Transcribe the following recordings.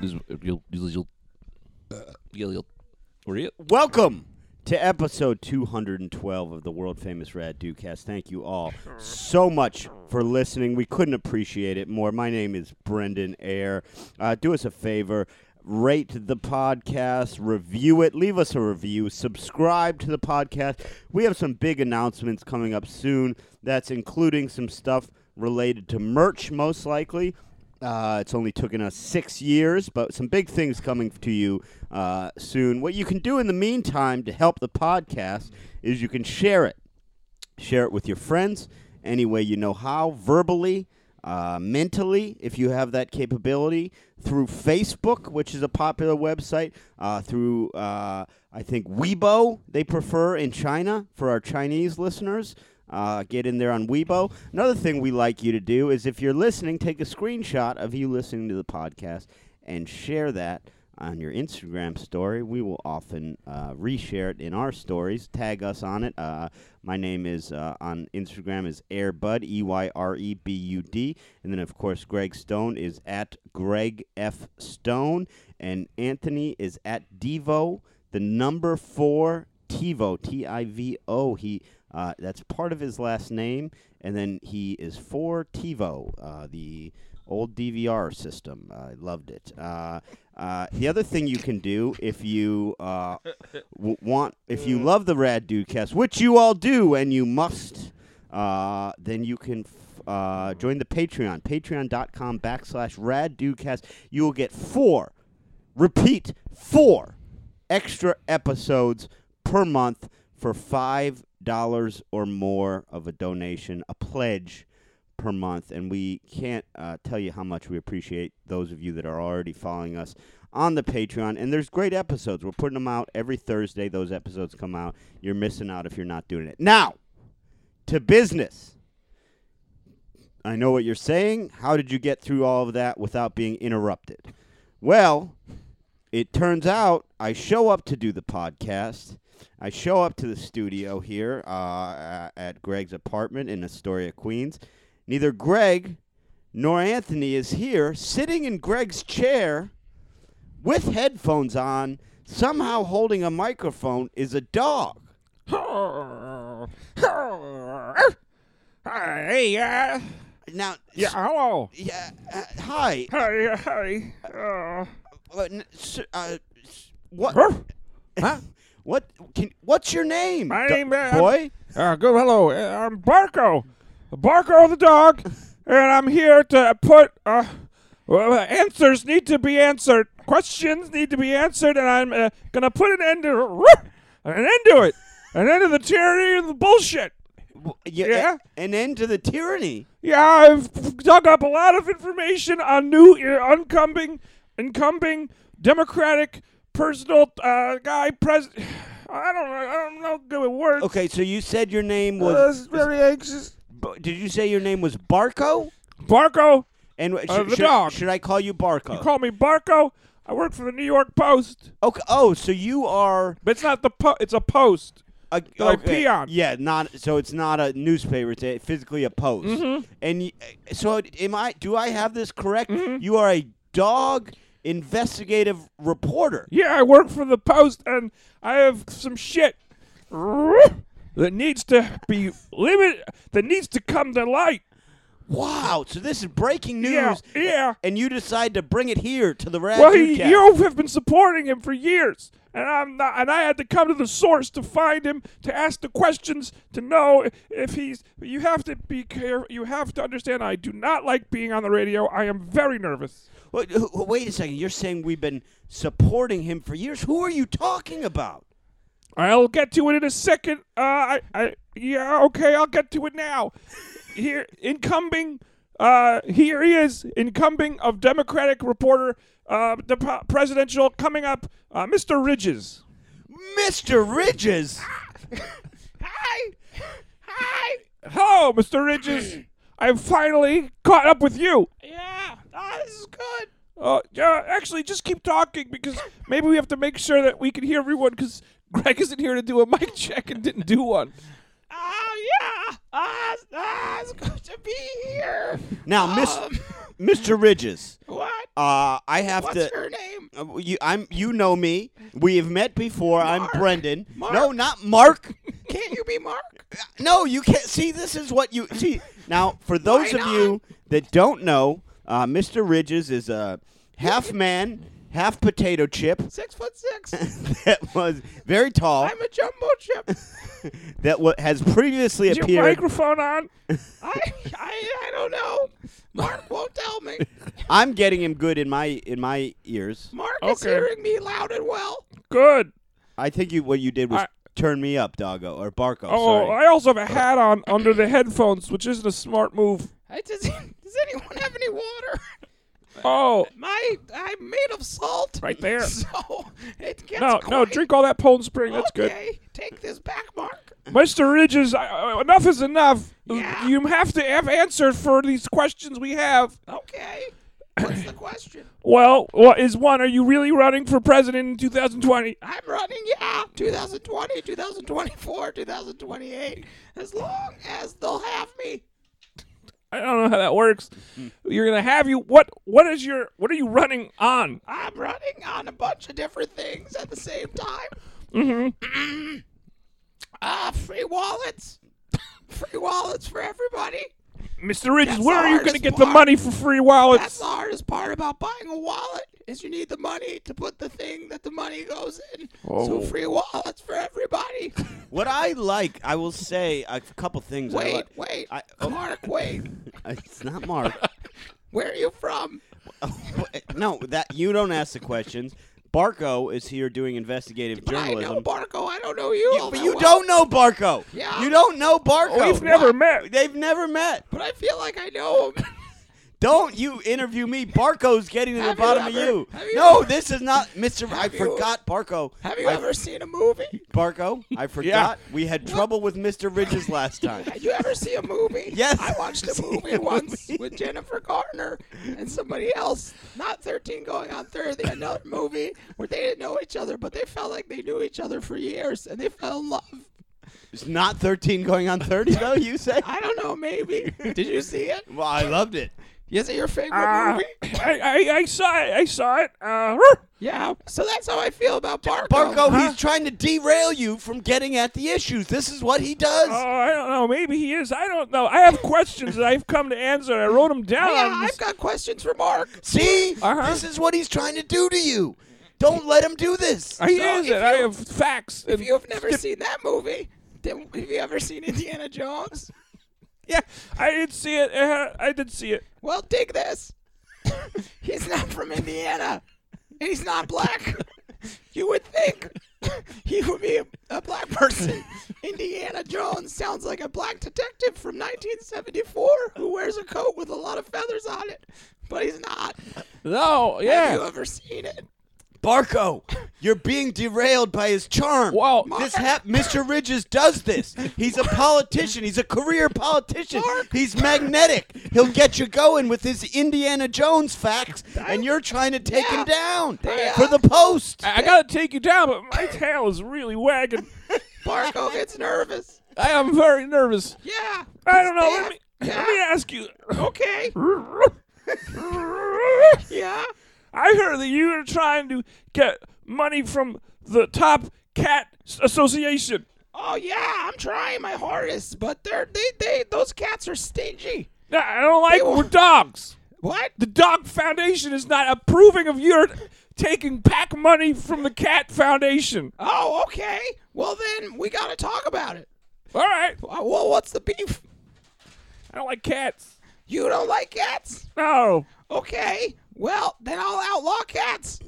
is- you'll, you'll, you'll, Uh. you'll, you'll, were you? Welcome to episode 212 of the world famous Rad Dewcast. Thank you all so much for listening. We couldn't appreciate it more. My name is Brendan Ayer. Uh, do us a favor. Rate the podcast, review it, leave us a review, subscribe to the podcast. We have some big announcements coming up soon. That's including some stuff related to merch, most likely. Uh, it's only taken us six years, but some big things coming to you uh, soon. What you can do in the meantime to help the podcast is you can share it. Share it with your friends any way you know how, verbally, uh, mentally, if you have that capability, through Facebook, which is a popular website, uh, through, uh, I think, Weibo, they prefer in China for our Chinese listeners. Uh, get in there on Weibo. Another thing we like you to do is if you're listening, take a screenshot of you listening to the podcast and share that on your Instagram story. We will often uh, reshare it in our stories. Tag us on it. Uh, my name is uh, on Instagram is Airbud E Y R E B U D, and then of course Greg Stone is at Greg F Stone, and Anthony is at Devo the number four Tivo T I V O. He uh, that's part of his last name, and then he is for TiVo, uh, the old DVR system. I loved it. Uh, uh, the other thing you can do if you uh, w- want, if you love the Rad Dudecast, which you all do, and you must, uh, then you can. F- uh, join the Patreon, patreon.com backslash rad dudecast. You will get four, repeat, four extra episodes per month for five dollars or more of a donation, a pledge per month, and we can't uh, tell you how much we appreciate those of you that are already following us on the Patreon. And there's great episodes. We're putting them out every Thursday. Those episodes come out. You're missing out if you're not doing it now. To business. I know what you're saying. How did you get through all of that without being interrupted? Well, it turns out I show up to do the podcast. I show up to the studio here uh, at Greg's apartment in Astoria, Queens. Neither Greg nor Anthony is here, sitting in Greg's chair with headphones on, somehow holding a microphone, is a dog. Hey, yeah. Now, uh, Yeah, hello. yeah, uh, hi. Hey, hey. Uh, Uh, n- sir, uh, s- what? huh? What? Can, what's your name? My do- name, uh, boy. Uh, good hello. Uh, I'm Barco. Barco the dog. And I'm here to put uh, well, uh, answers need to be answered. Questions need to be answered. And I'm uh, going to put an end to an end to it. An end to the tyranny and the bullshit. W- yeah, yeah? An end to the tyranny. Yeah, I've dug up a lot of information on new uh, incoming, incumbing Democratic personal uh, guy president. I don't know. I don't know good with words. Okay, so you said your name Uh, was. it's very anxious. B- Did you say your name was Barco? Barco, And w- Uh, sh- the should, dog. should I call you Barco? call me Barco. I work for the New York Post, okay. Oh, so you are but it's not the po- it's a post. a I okay. pee on. Yeah, not so it's not a newspaper. It's a, physically a post. Mm-hmm. And y- so, am I? Do I have this correct? Mm-hmm. You are a dog investigative reporter. Yeah, I work for the Post, and I have some shit that needs to be limited. That needs to come to light. Wow. So this is breaking news. Yeah, yeah. And you decide to bring it here to the Rad Well, Dude he, Cast. you have been supporting him for years, and I'm not, and I had to come to the source to find him, to ask the questions, to know if he's. You have to be careful. You have to understand. I do not like being on the radio. I am very nervous. Wait, who- who- wait a second. You're saying we've been supporting him for years. Who are you talking about? I'll get to it in a second. Uh, I, I, yeah, okay, I'll get to it now. Here, incumbing, uh, here he is, incumbing of Democratic reporter, uh, the po- presidential coming up, uh, Mr. Ridges. Mr. Ridges. Hi! Hi! Hello, Mr. Ridges. I've finally caught up with you. Yeah. Ah, this is good. Uh, yeah, actually, just keep talking because maybe we have to make sure that we can hear everyone because Greg isn't here to do a mic check and didn't do one. Oh, yeah. Ah, it's good to be here. Now, Miss, Mr. Ridges, What? Uh, I have to. What's her name? Uh, You, I'm. You know me. We have met before. Mark. I'm Brendan. Mark. No, not Mark. Uh, Can't you be Mark? No, you can't. See, this is what you see. Now, for those of you that don't know, uh, Mr. Ridges is a half man, half potato chip Six foot six. that was very tall. I'm a jumbo chip. that wa has previously Is your appeared. microphone on? I, I I don't know. Mark won't tell me. I'm getting him good in my in my ears. Mark is Okay. hearing me loud and well. Good. I think you what you did was I- turn me up, doggo, or Barco. Oh, sorry. I also have a hat on under the headphones, which isn't a smart move. I, does, does anyone have any water? Oh, My I'm made of salt. right there. So it gets No, no, quite- drink all that Poland Spring. That's good. Okay, take this back, Mark. Mr. Ridges, I, uh, enough is enough. Yeah. You have to have answers for these questions we have. Okay. What's the question? Well, what is one? Are you really running for president in 2020? I'm running, yeah, 2020, 2024, 2028. As long as they'll have me. I don't know how that works. You're gonna have you. What? What is your? What are you running on? I'm running on a bunch of different things at the same time. Mm-hmm. Ah, free wallets. free wallets for everybody. Mr. Ridges, That's where the are you going to hardest get the part. money for free That's wallets? the hardest part about buying a wallet is you need the money to put the thing that the money goes in. Oh. So free wallets for everybody. what I like, I will say a couple things. I Wait, like- wait. I- oh. Mark, wait. It's not Mark. Oh, Where are you from? no, that you don't ask the questions. Barco is here doing investigative But I know journalism. Barco. I don't know you. You- all but that you well. don't know Barco. Yeah. You don't know Barco. We've never met. They've never met. But I feel like I know him. Don't you interview me. Barco's getting to the Have you bottom ever- of you. have you no, ever- this is not Mr. I Have you- forgot Barco. Have you I- ever seen a movie? Barco, I forgot. We had trouble with Mr. Ridges last time. Did you ever see a movie? Yes, I watched I've a seen movie a once movie. with Jennifer Garner and somebody else. Not 13 going on 30. Another movie where they didn't know each other, but they felt like they knew each other for years and they fell in love. It's not 13 going on 30 though, you say? I don't know, maybe. Did you see it? Well, I loved it. Is it your favorite Ah. Uh, movie? I, I, I saw it. I saw it. Uh, rrr. Yeah. So that's how I feel about Barco. Barco, he's trying to derail you from getting at the issues. This is what he does. oh, I don't know. Maybe he is. I don't know. I have questions that I've come to answer. I wrote them down. Yeah, on I've this- got questions for Mark. See? Uh-huh. This is what he's trying to do to you. Don't let him do this. he So is if it. I you- have facts. If and- you've never seen that movie, then have you ever seen Indiana Jones? yeah, I did see it. Uh, I did see it. Well, dig this. he's not from Indiana, and he's not black. you would think he would be a, a black person. Indiana Jones sounds like a black detective from 1974 who wears a coat with a lot of feathers on it, but he's not. No, Have you yeah. ever seen it? Barco, you're being derailed by his charm. Well, This hap- Mr. Ridges does this. He's a politician. He's a career politician. He's magnetic. He'll get you going with his Indiana Jones facts, and you're trying to take Yeah. him down Yeah. for the post. I, I gotta take you down, but my tail is really wagging. Barco gets oh, nervous. I am very nervous. Yeah. I don't know. Yeah. Let me, let me ask you. Okay. Yeah. I heard that you were trying to get money from the top cat s- association. Oh yeah, I'm trying my hardest, but they're they they those cats are stingy. Nah, I don't like won't- we're dogs. What? The dog foundation is not approving of your taking pack money from the cat foundation. Oh, okay. Well then, we gotta talk about it. All right, Uh, Well, what's the beef? I don't like cats. You don't like cats? No. Okay. Well, then I'll outlaw cats.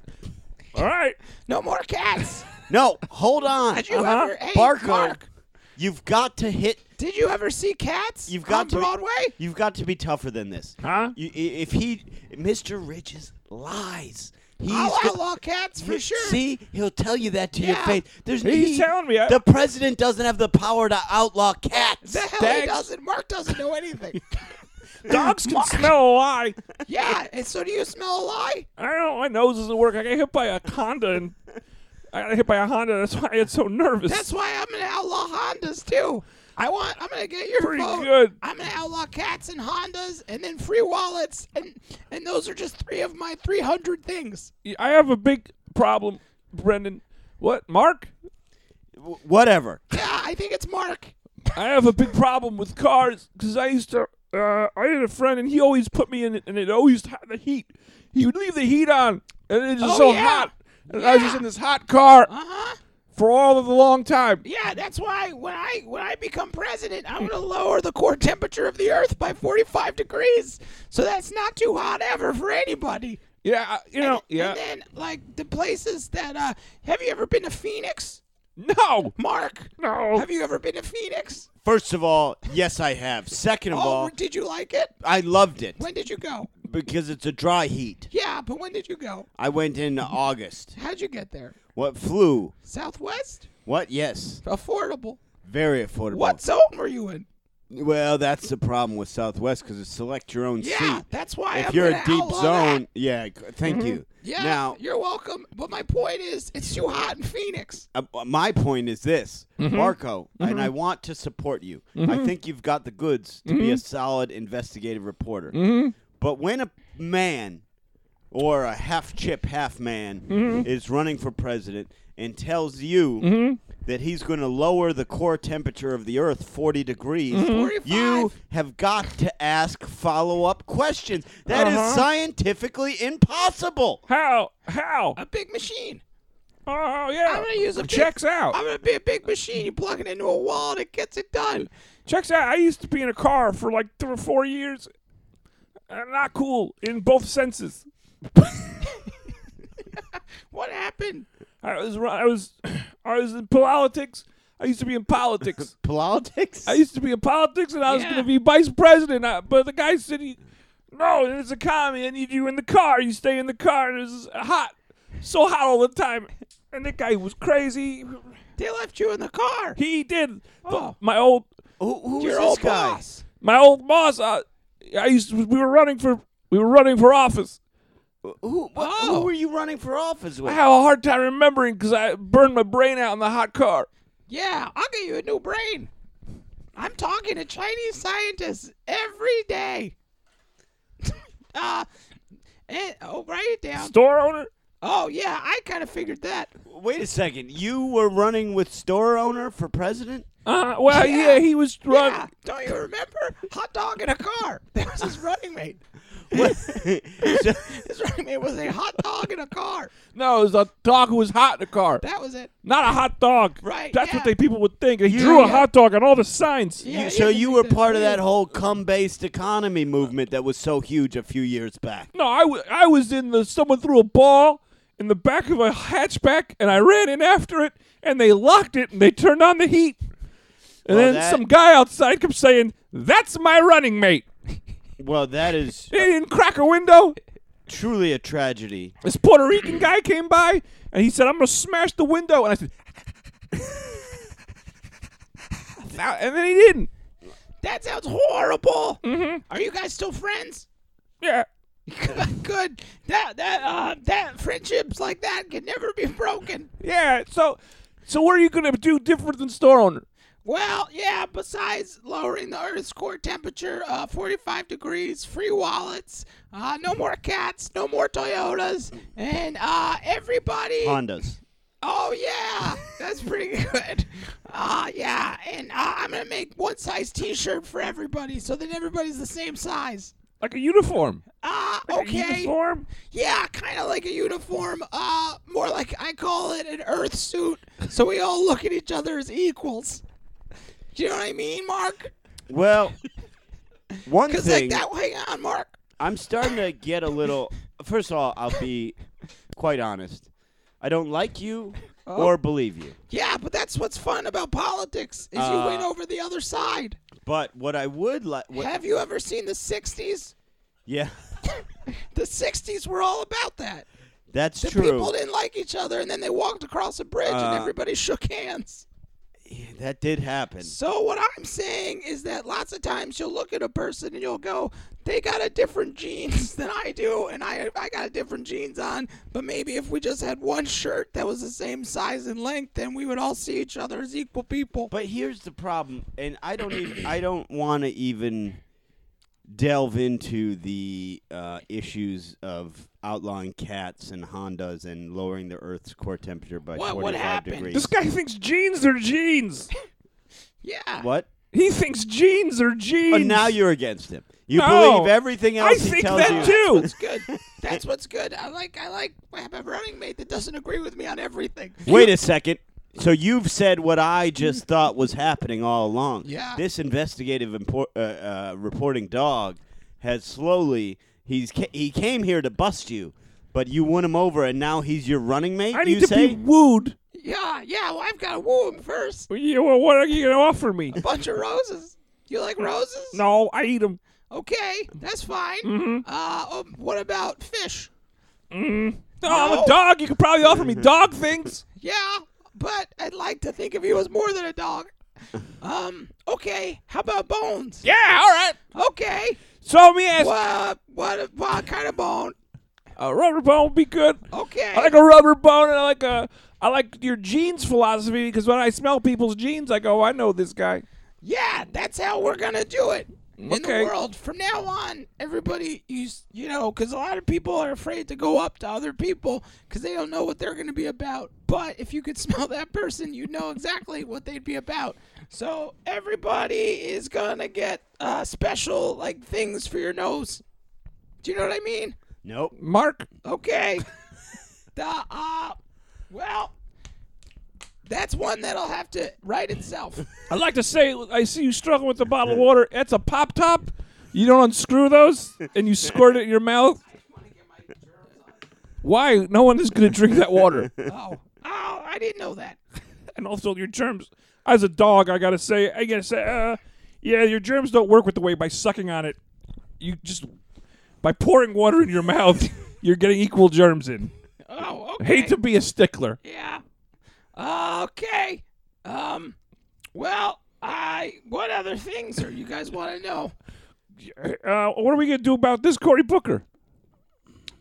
All right. No more cats. no, hold on. Did you Uh-huh. ever? Hey, Barco, Mark, you've got to hit. did you ever see cats? You've got on to Broadway. You've got to be tougher than this. Huh? You, i- if he, Mr. Ridges lies. He's I'll go- outlaw cats Oh, for You- sure. See, he'll tell you that to your Yeah. face. There's He's he- telling me I- the president doesn't have the power to outlaw cats. the hell he Thanks. doesn't. Mark doesn't know anything. Dogs can smell a lie. yeah. And so do you smell a lie? I don't. My nose doesn't work. I got hit by a Honda, and I got hit by a Honda. That's why I get so nervous. That's why I'm gonna outlaw Hondas too. I want. I'm gonna get your Pretty vote. good. I'm gonna outlaw cats and Hondas, and then free wallets, and and those are just three of my 300 things. I have a big problem, Brendan. What, Mark? W- whatever. Yeah, I think it's Mark. I have a big problem with cars because I used to. Uh, I had a friend and he always put me in it, and it always had the heat. He would leave the heat on, and it was just Oh, so yeah. hot. And I was just Yeah. in this hot car Uh huh. for all of the long time. Yeah, that's why when I when I become president, I'm gonna lower the core temperature of the Earth by 45 degrees, so that's not too hot ever for anybody. Yeah, I- you know. And- Yeah. And then like the places that uh, have you ever been to Phoenix, No. Oh, Mark? No. Have you ever been to Phoenix? First of all, yes, I have. Second of Oh, all, did you like it? I loved it When did you go? because it's a dry heat. Yeah, but when did you go? I went in August. How'd you get there? What flew? Southwest? What? Yes, Affordable. very affordable. What zone were you in? Well, that's the problem with Southwest because it's select your own Yeah, seat. that's why If I'm you're a gonna deep outlaw zone, that. yeah. c- Thank you. Yeah, Now, you're welcome. But my point is, it's too hot in Phoenix. uh, uh, my point is this, Marco, and I want to support you. I think you've got the goods to be a solid investigative reporter. But when a man or a half chip, half man is running for president and tells you that he's going to lower the core temperature of the earth 40 degrees, Mm-hmm. Mm-hmm. you 45. have got to ask follow up questions. That is scientifically impossible. How? How? A big machine. Oh yeah. I'm gonna use a big, checks Oh. out. I'm gonna be a big machine. You plug it into a wall and it gets it done. Checks out. I used to be in a car for like three or four years. Uh, not cool in both senses. What happened? I was. ru- I was. I was in politics. I used to be in politics. Politics? I used to be in politics and I was Yeah. going to be vice president. I, but the guy said, he, No, it's a commie. I need you in the car. You stay in the car. And it was hot, so hot all the time. And that guy was crazy. They left you in the car. He did. The- Oh. my old who who is Your this old guy? boss. my old boss, I, I used to, we were running for we were running for office. Who, wh- who Oh. were you running for office I with? have a hard time remembering because I burned my brain out in the hot car. Yeah, I'll get you a new brain. I'm talking to Chinese scientists every day. uh, and, oh, write it down. Store owner? Oh yeah, I kind of figured that. Wait a second. You were running with store owner for president? Uh, well, yeah. Yeah. he was run. Yeah, don't you remember? Hot dog in a car. That was his running mate. What- so, His running mate was a hot dog in a car. No, it was a dog who was hot in the car. That was it. Not a hot dog. Right, That's yeah. what they people would think. They drew a yeah. hot dog on all the signs. Yeah, you, so can you make were that part of clear. that whole cum-based economy movement that was so huge a few years back. No, I, w- I was in the. Someone threw a ball in the back of a hatchback, and I ran in after it, and they locked it, and they turned on the heat. And Well, then that- some guy outside kept saying, That's my running mate. Well, that is He didn't crack a window. truly a tragedy. This Puerto Rican guy came by, and he said, I'm going to smash the window. And I said, "Thou-" And then he didn't. That sounds horrible. Mm-hmm. Are you guys still friends? Yeah. Good. That that uh, that friendships like that can never be broken. Yeah. So, so what are you going to do different than store owner? Well, yeah. Besides lowering the Earth's core temperature, uh, 45 degrees, free wallets, uh, no more cats, no more Toyotas, and uh, everybody. Hondas. Oh yeah, that's pretty good. Uh, yeah, and uh, I'm gonna make one size T-shirt for everybody, so then everybody's the same size. Like a uniform. Ah, Like a okay. uniform. Yeah, kind of like a uniform. Uh, more like I call it an Earth suit, so we all look at each other as equals. Do you know what I mean, Mark? Well, one Because thing like that. Hang on, Mark. I'm starting to get a little. First of all, I'll be quite honest. I don't like you or believe you. Yeah, but that's what's fun about politics is you win Uh, over the other side. But what I would like, Have you ever seen the '60s? yeah, The '60s were all about that. that's The true. people didn't like each other, and then they walked across a bridge and Uh, everybody shook hands. Yeah, that did happen. So what I'm saying is that lots of times you'll look at a person and you'll go, they got a different genes than I do, and I I got a different genes on. But maybe if we just had one shirt that was the same size and length, then we would all see each other as equal people. But here's the problem, and I don't even I don't want to even delve into the uh, issues of outlawing cats and Hondas and lowering the Earth's core temperature by What- what 45 happened? degrees. This guy thinks jeans are jeans. yeah. what? He thinks jeans are jeans. Oh, now you're against him. You No. believe everything I else he think tells you. that too. That's good. That's what's good. I like I like I have a running mate that doesn't agree with me on everything. Wait a second. So you've said what I Hmm. just thought was happening all along. Yeah. This investigative impor- uh, uh, reporting dog has slowly he's ca- he came here to bust you, but you won him over, and now he's your running mate. I need you to say be wooed. Yeah, yeah. Well, I've got to woo him first. Yeah, well, what are you gonna offer me? Bunch of roses. You like roses? No, Mm-hmm. I eat them. Okay, that's fine. Uh, oh, what about fish? No, I'm No. a dog. You could probably offer me dog things. Yeah, but I'd like to think of you as more than a dog. Um, okay, how about bones? Yeah, all right. Okay. So me ass. What what what kind of bone? A rubber bone would be good. Okay. I like a rubber bone, and I like a. I like your jeans philosophy because when I smell people's jeans, I go, I know this guy. Yeah, that's how we're gonna do it in the Okay. world from now on. Everybody, you s- you know, because a lot of people are afraid to go up to other people because they don't know what they're gonna be about. But if you could smell that person, you'd know exactly what they'd be about. So everybody is gonna get uh, special like things for your nose. Do you know what I mean? nope. Mark, Okay. the, uh, well, that's one that'll have to write itself. I'd like to say I see you struggling with the bottle of water. That's a pop top. You don't unscrew those and you squirt it in your mouth. Why? No one is going to drink that water. oh, oh, I didn't know that. and also your germs. As a dog, I gotta say, I gotta say, uh, yeah, your germs don't work with the way by sucking on it. You just by pouring water in your mouth, you're getting equal germs in. Oh, okay. Hate to be a stickler. Yeah. Okay. Um. Well, I. What other things are you guys want to know? Uh, what are we gonna do about this Cory Booker?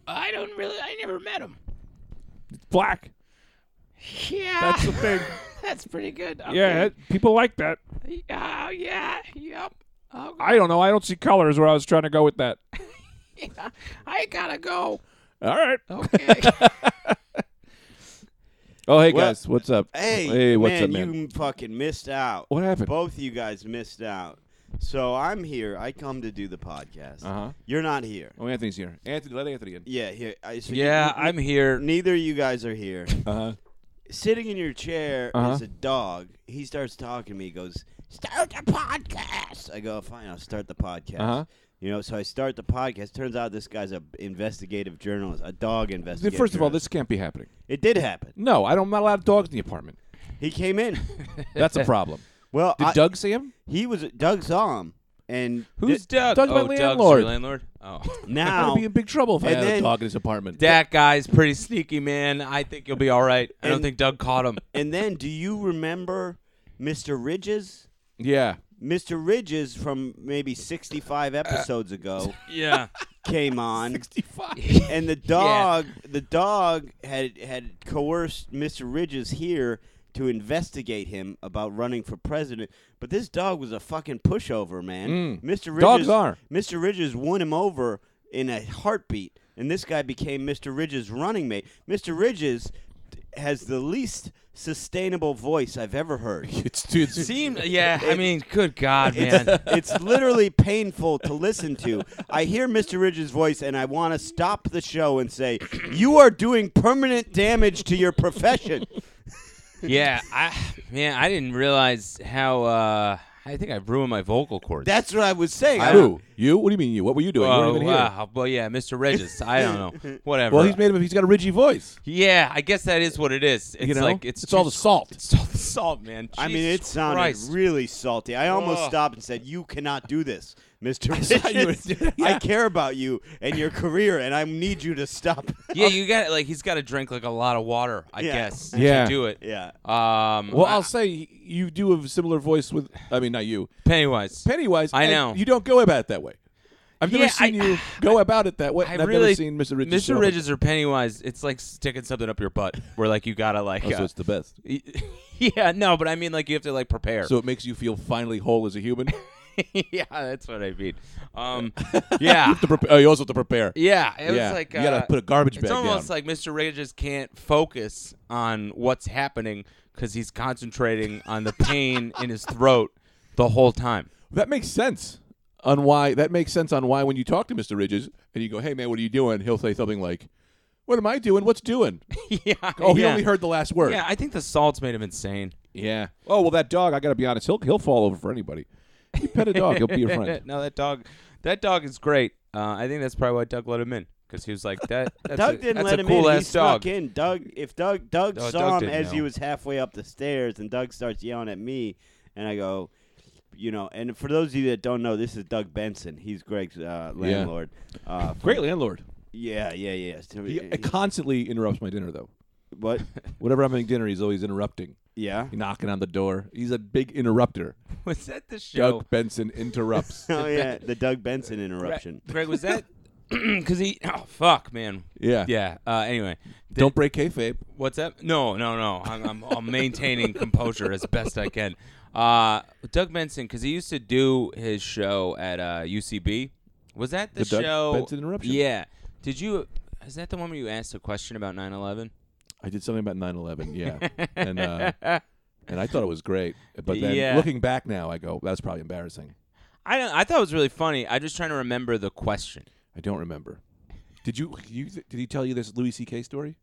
I don't really. I never met him. Black. Yeah. That's the thing. That's pretty good. Okay. Yeah, people like that. Oh yeah. Yep. Okay. I don't know. I don't see colors where I was trying to go with that. yeah. I gotta go. All right. Okay. Oh, hey Well- guys, what's up? Hey, what's man, up, man? you fucking missed out. What happened? Both of you guys missed out. So I'm here. I come to do the podcast. Uh huh. You're not here. Oh, Anthony's here. Anthony, let Anthony in. Yeah, here. I, so you- Yeah, n- I'm here. Neither of you guys are here. Uh huh. sitting in your chair Uh-huh. is a dog. He starts talking to me. He goes, "Start the podcast." I go, "Fine, I'll start the podcast." Uh-huh. You know, so I start the podcast. Turns out this guy's a investigative journalist, a dog investigative. First of all, journalist. this can't be happening. it did happen. No, I don't. I'm not allowed dogs in the apartment. He came in. That's a problem. Well, Did I- Doug see him? he was Doug saw him, and Who's Doug? Doug's my oh, Doug's landlord. your landlord. Oh, di- I'm now gonna be in big trouble if I And had a then- dog in his apartment. that guy's pretty sneaky, man. I think you'll be all right. I don't And- think Doug caught him. and then. Do you remember Mr. Ridges? yeah. Mr. Ridges from maybe 65 episodes ago Yeah. came on. 65. and the dog the dog had had coerced Mr. Ridges here to investigate him about running for president, but this dog was a fucking pushover, man. Mr. Ridges Mm. Dogs are. Mr. Ridges won him over in a heartbeat, and this guy became Mr. Ridges' running mate. Mr. Ridges has the least sustainable voice I've ever heard. It's, it's Seemed. Yeah. I mean, good God, man. It's literally painful to listen to. I hear Mr. Ridge's voice and I want to stop the show and say, "You are doing permanent damage to your profession." Yeah. I man, I didn't realize how. uh I think I ruined my vocal cords. That's what I was saying. I- Who? You? What do you mean you? What were you doing? You weren't Oh, even here. wow. Well, yeah, Mr. Regis. I don't know. Whatever. Well, he's made him. He's got a ridgy voice. yeah, I guess that is what it is. It's You know, like it's, all too- the salt. it's all the salt, man. I mean, Jesus it sounded Christ. really salty. I almost Ugh. stopped and said, "You cannot do this, Mr. saw you Richards. do that. I care about you and your career, and I need you to stop. Yeah, you got like he's got to drink like a lot of water, I Yeah. guess. to Yeah. do it. yeah. Um, Well, I- I'll say you do have a similar voice with. I mean, not you, Pennywise. Pennywise. I and know. you don't go about it that way. I've Yeah, never seen I- you go about it that way. I and I've really never seen Mr. Richards. Mr. Ridges or Pennywise, it's like sticking something up your butt. Where like you gotta like, so uh, it's the best. yeah, no, but I mean like you have to like prepare. So it makes you feel finally whole as a human. yeah, that's what I mean. Um, yeah, To prep- oh, you also have to prepare. yeah, it yeah. was like you gotta uh, put a garbage bag It's almost down. like Mr. Ridges can't focus on what's happening because he's concentrating on the pain in his throat the whole time. that makes sense on why. That makes sense on why when you talk to Mr. Ridges and you go, "Hey man, what are you doing?" He'll say something like, "What am I doing? What's doing?" yeah. Oh, he yeah. only heard the last word. Yeah, I think the salts made him insane. Yeah. Oh well, that dog. I gotta be honest. He'll he'll fall over for anybody. You pet a dog, he'll be your friend. no, that dog, that dog is great. Uh, I think that's probably why Doug let him in because he was like that. That's Doug a, didn't that's let a him cool in. He ass dog. snuck in. Doug, if Doug, Doug No, saw Doug him didn't as he know. was halfway up the stairs, and Doug starts yelling at me, and I go, you know. And for those of you that don't know, this is Doug Benson. He's Greg's uh, landlord. Uh, Great landlord. yeah, yeah, yeah. So He he- constantly interrupts my dinner though. what? Whenever I'm having dinner, he's always interrupting, Yeah. knocking on the door. He's a big interrupter. Was that the show? Doug Benson interrupts. Oh yeah, the Doug Benson interruption. Greg, was that? Because he, oh fuck, man. Yeah. Yeah. Uh, anyway, the- Don't break kayfabe. What's that? No, no, no. I'm, I'm, I'm maintaining composure as best I can. Uh, Doug Benson, because he used to do his show at uh, UCB. Was that the, The Doug show? Benson interruption? Yeah. Did you? Is that the one where you asked a question about 9/11? I did something about 9/11. Yeah. and uh, and I thought it was great, but then Yeah. looking back now, I go, that's probably embarrassing. I don't. I thought it was really funny. I'm just trying to remember the question. I don't remember. Did you, you did he tell you this Louis C.K. story?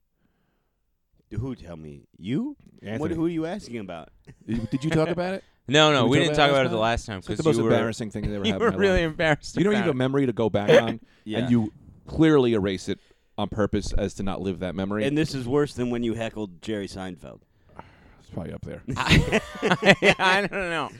Who tell me you? What? Anthony. Who are you asking about? Did you talk about it? No, no, Did we we, talk didn't about talk about last it the time? last time It's like because the most you were, embarrassing thing that ever you happened. in my were really life. embarrassed. You don't about even have a it. memory to go back on, Yeah. and you clearly erase it on purpose as to not live that memory. And this is worse than when you heckled Jerry Seinfeld. it's probably up there. I don't know.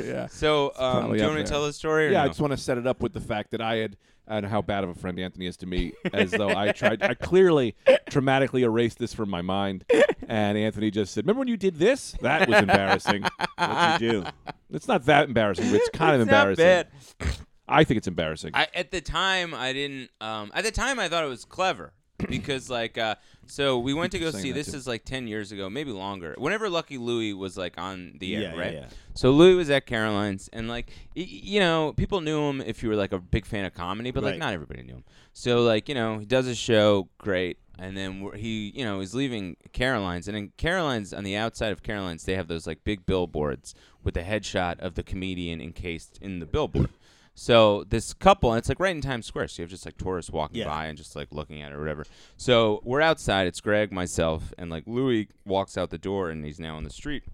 yeah. So, um, do probably you up want to there. tell the story? Or Yeah, I no? just want to set it up with the fact that I had and how bad of a friend Anthony is to me, as though I tried. I clearly traumatically erased this from my mind, and Anthony just said, "Remember when you did this? That was embarrassing." What you do? it's not that embarrassing, but it's kind of It's not embarrassing. bad. I think it's embarrassing. I, at the time, I didn't. Um, at the time, I thought it was clever because, like, uh, so we went to go saying see. that This too. is like ten years ago, maybe longer. Whenever Lucky Louie was like on the air, Yeah, yeah, right? yeah. So Louie was at Caroline's, and like, y- y- you know, people knew him if you were like a big fan of comedy, but like Right. not everybody knew him. So like, you know, he does a show, great. And then we're- he, you know, is leaving Caroline's, and in Caroline's, on the outside of Caroline's, they have those like big billboards with the headshot of the comedian encased in the billboard. So this couple, and it's like right in Times Square, so you have just like tourists walking Yeah. by and just like looking at it or whatever. So we're outside. It's Greg, myself, and like Louis walks out the door, and he's now on the street.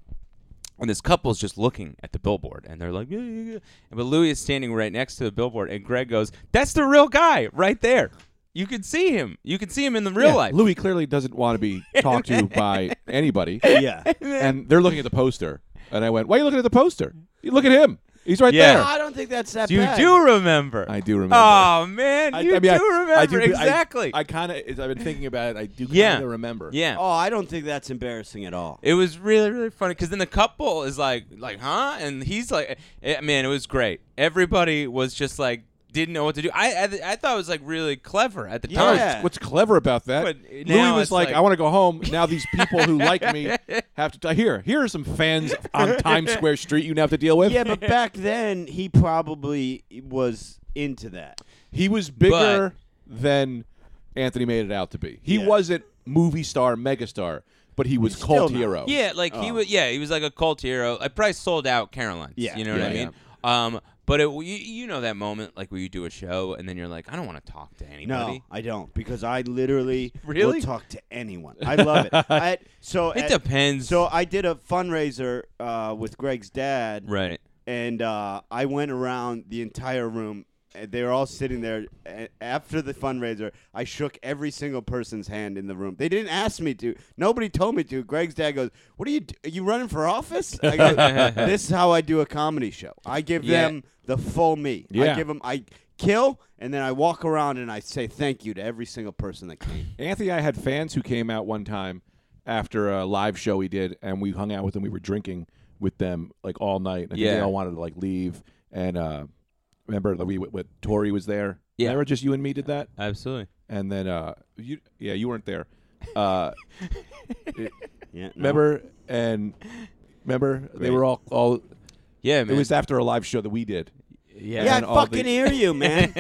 And this couple's just looking at the billboard, and they're like, yeah, yeah, yeah. But Louis is standing right next to the billboard, and Greg goes, "That's the real guy right there. You can see him. You can see him in the real Yeah, life." Louis clearly doesn't want to be talked to by anybody, Yeah. and they're looking at the poster. And I went, "Why are you looking at the poster? You look at him. He's right Yeah. there." I don't think that's that you bad. do remember. I do remember. Oh man, you do remember do- exactly. I, kind of. I've been thinking about it. I do Yeah. kind of remember. yeah. Oh, I don't think that's embarrassing at all. It was really really funny because then the couple is like like huh, and he's like, eh, man, it was great. Everybody was just like didn't know what to do. I I, I thought it was like really clever at the Yeah. Oh, time. it's- What's clever about that? But Louis now was it's like, like- "I want to go home." Now these people who like me have to. T- here, here are some fans on Times Square Street you now have to deal with. Yeah, but back then he probably was into that. he was bigger than Anthony made it out to be. He Yeah. wasn't movie star, megastar, but he was still cult not. hero. Yeah, like oh. he was. Yeah, he was like a cult hero. I probably sold out Caroline's. Yeah, you know what I yeah, mean. Um, but it, you, you know that moment like where you do a show and then you're like, I don't want to talk to anybody. No, I don't because I literally will Really? talk to anyone. I love it. I, so It at- depends. So I did a fundraiser uh, with Greg's dad, right. and uh, I went around the entire room and they were all sitting there a- after the fundraiser. I shook every single person's hand in the room. They didn't ask me to. Nobody told me to. Greg's dad goes, "What are you? Do- are you running for office?" I go, "This is how I do a comedy show. I give Yeah. them the full me. I Yeah. give them. I kill, and then I walk around and I say thank you to every single person that came. Anthony and I had fans who came out one time after a live show he did, and we hung out with them. We were drinking with them like all night. And I think they Yeah. all wanted to like leave. And uh, remember, like, we what Tori was there. Yeah. remember just you and me did that, Absolutely. and then uh, you yeah you weren't there. Uh, Yeah, no. remember and remember they were all all. Yeah, man. It was after a live show that we did. yeah. Yeah, I and all fucking the- hear you, man.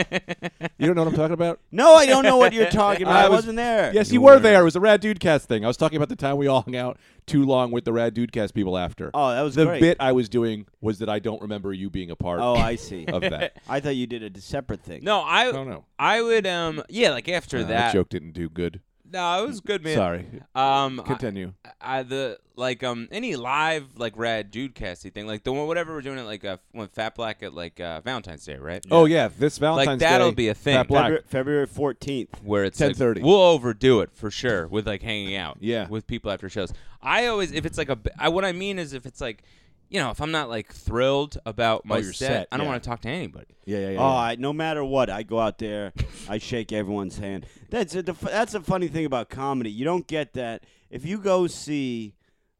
You don't know what I'm talking about? no, I don't know what you're talking about. I, I was- wasn't there. Yes, you, were there. It was the Rad Dude Cast thing. I was talking about the time we all hung out too long with the Rad Dude Cast people after. Oh, that was the great. bit I was doing was that I don't remember you being a part Oh, I see. of that. I thought you did a d- separate thing. no, I I don't know. I would um yeah, like after Uh, that. joke didn't do good. No, it was good, man. Sorry. Um I- Continue. I the like um any live like rad dude casty thing like the one whatever we're doing at like uh, when Fat Black at like uh, Valentine's Day right oh yeah, this Valentine's like that'll Day, be a thing Fat Black. February, February 14th. where it's 10:30. Like, we'll overdo it for sure with like hanging out Yeah. with people after shows. I always if it's like a b I what I mean is if it's like you know if I'm not like thrilled about my your set, set, I don't yeah. want to talk to anybody. Yeah, yeah, yeah. Oh, I, no matter what, I go out there, I shake everyone's hand. That's a, the f- that's a funny thing about comedy. You don't get that if you go see,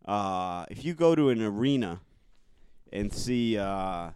uh, if you go to an arena, and see, uh,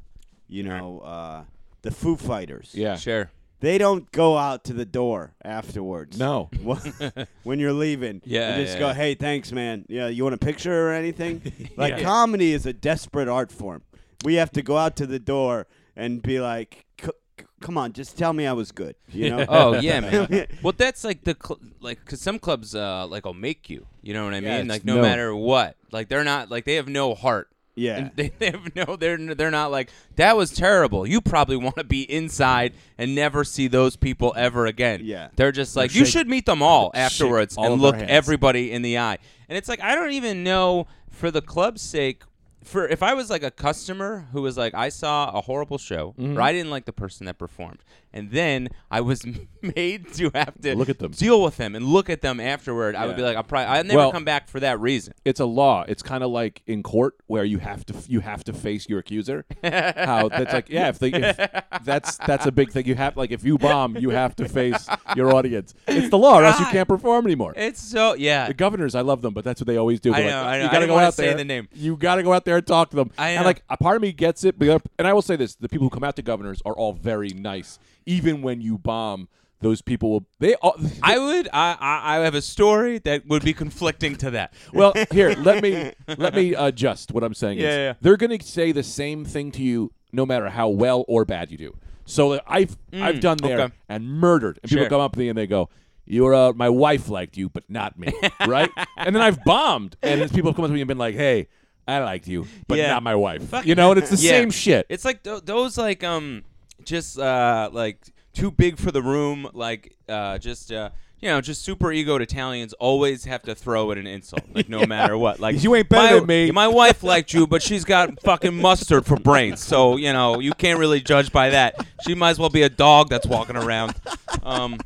you know, uh, the Foo Fighters. yeah. Sure. They don't go out to the door afterwards. No. Wh- when you're leaving. Yeah, You just yeah, go, yeah. hey, thanks, man. Yeah, you want a picture or anything? Like comedy is a desperate art form. We have to go out to the door and be like, "C- c- come on, just tell me I was good. You know? Oh yeah, man. well, that's like the cl- like because some clubs uh like will make you. You know what I mean? Yeah, it's- like no, no. matter what, like they're not like they have no heart. Yeah. And They, they have no. They're they're not like that was terrible. You probably want to be inside and never see those people ever again. Yeah. They're just like you should meet them all afterwards all of and their look hands. everybody in the eye. And it's like I don't even know for the club's sake. For if I was like a customer who was like I saw a horrible show Mm-hmm. or I didn't like the person that performed, and then I was made to have to Look at them. deal with them, and look at them afterward, I would be like I probably I never Well- come back for that reason. It's a law. It's kind of like in court where you have to you have to face your accuser. How that's like yeah, if, they, if that's that's a big thing. You have like if you bomb, you have to face your audience. It's the law, or else you God. can't perform anymore. It's so yeah. The governors, I love them, but that's what they always do. I They're know, like, I know. You I gotta didn't go wanna out say there. the name. You gotta go out there and talk to them. I And know. like a part of me gets it, but and I will say this: the people who come out to governors are all very nice, even when you bomb. Those people will. They all. I would. I, I I have a story that would be conflicting to that. well, here, let me let me adjust what I'm saying. is, Yeah, yeah. They're gonna say the same thing to you, no matter how well or bad you do. So like, I've I've done there Mm, okay. and murdered, and people Sure. come up to me and they go. You're uh, my wife liked you, but not me, right? and then I've bombed, and then people have come up to me and been like, "Hey, I liked you, but Yeah. not my wife," you know. And it's the Yeah. same shit. It's like th- those like um just uh like too big for the room like uh just uh you know just super egoed Italians always have to throw in an insult like no matter what like You ain't better my, than me. My wife liked you, but she's got fucking mustard for brains, so you know you can't really judge by that. She might as well be a dog that's walking around. Um.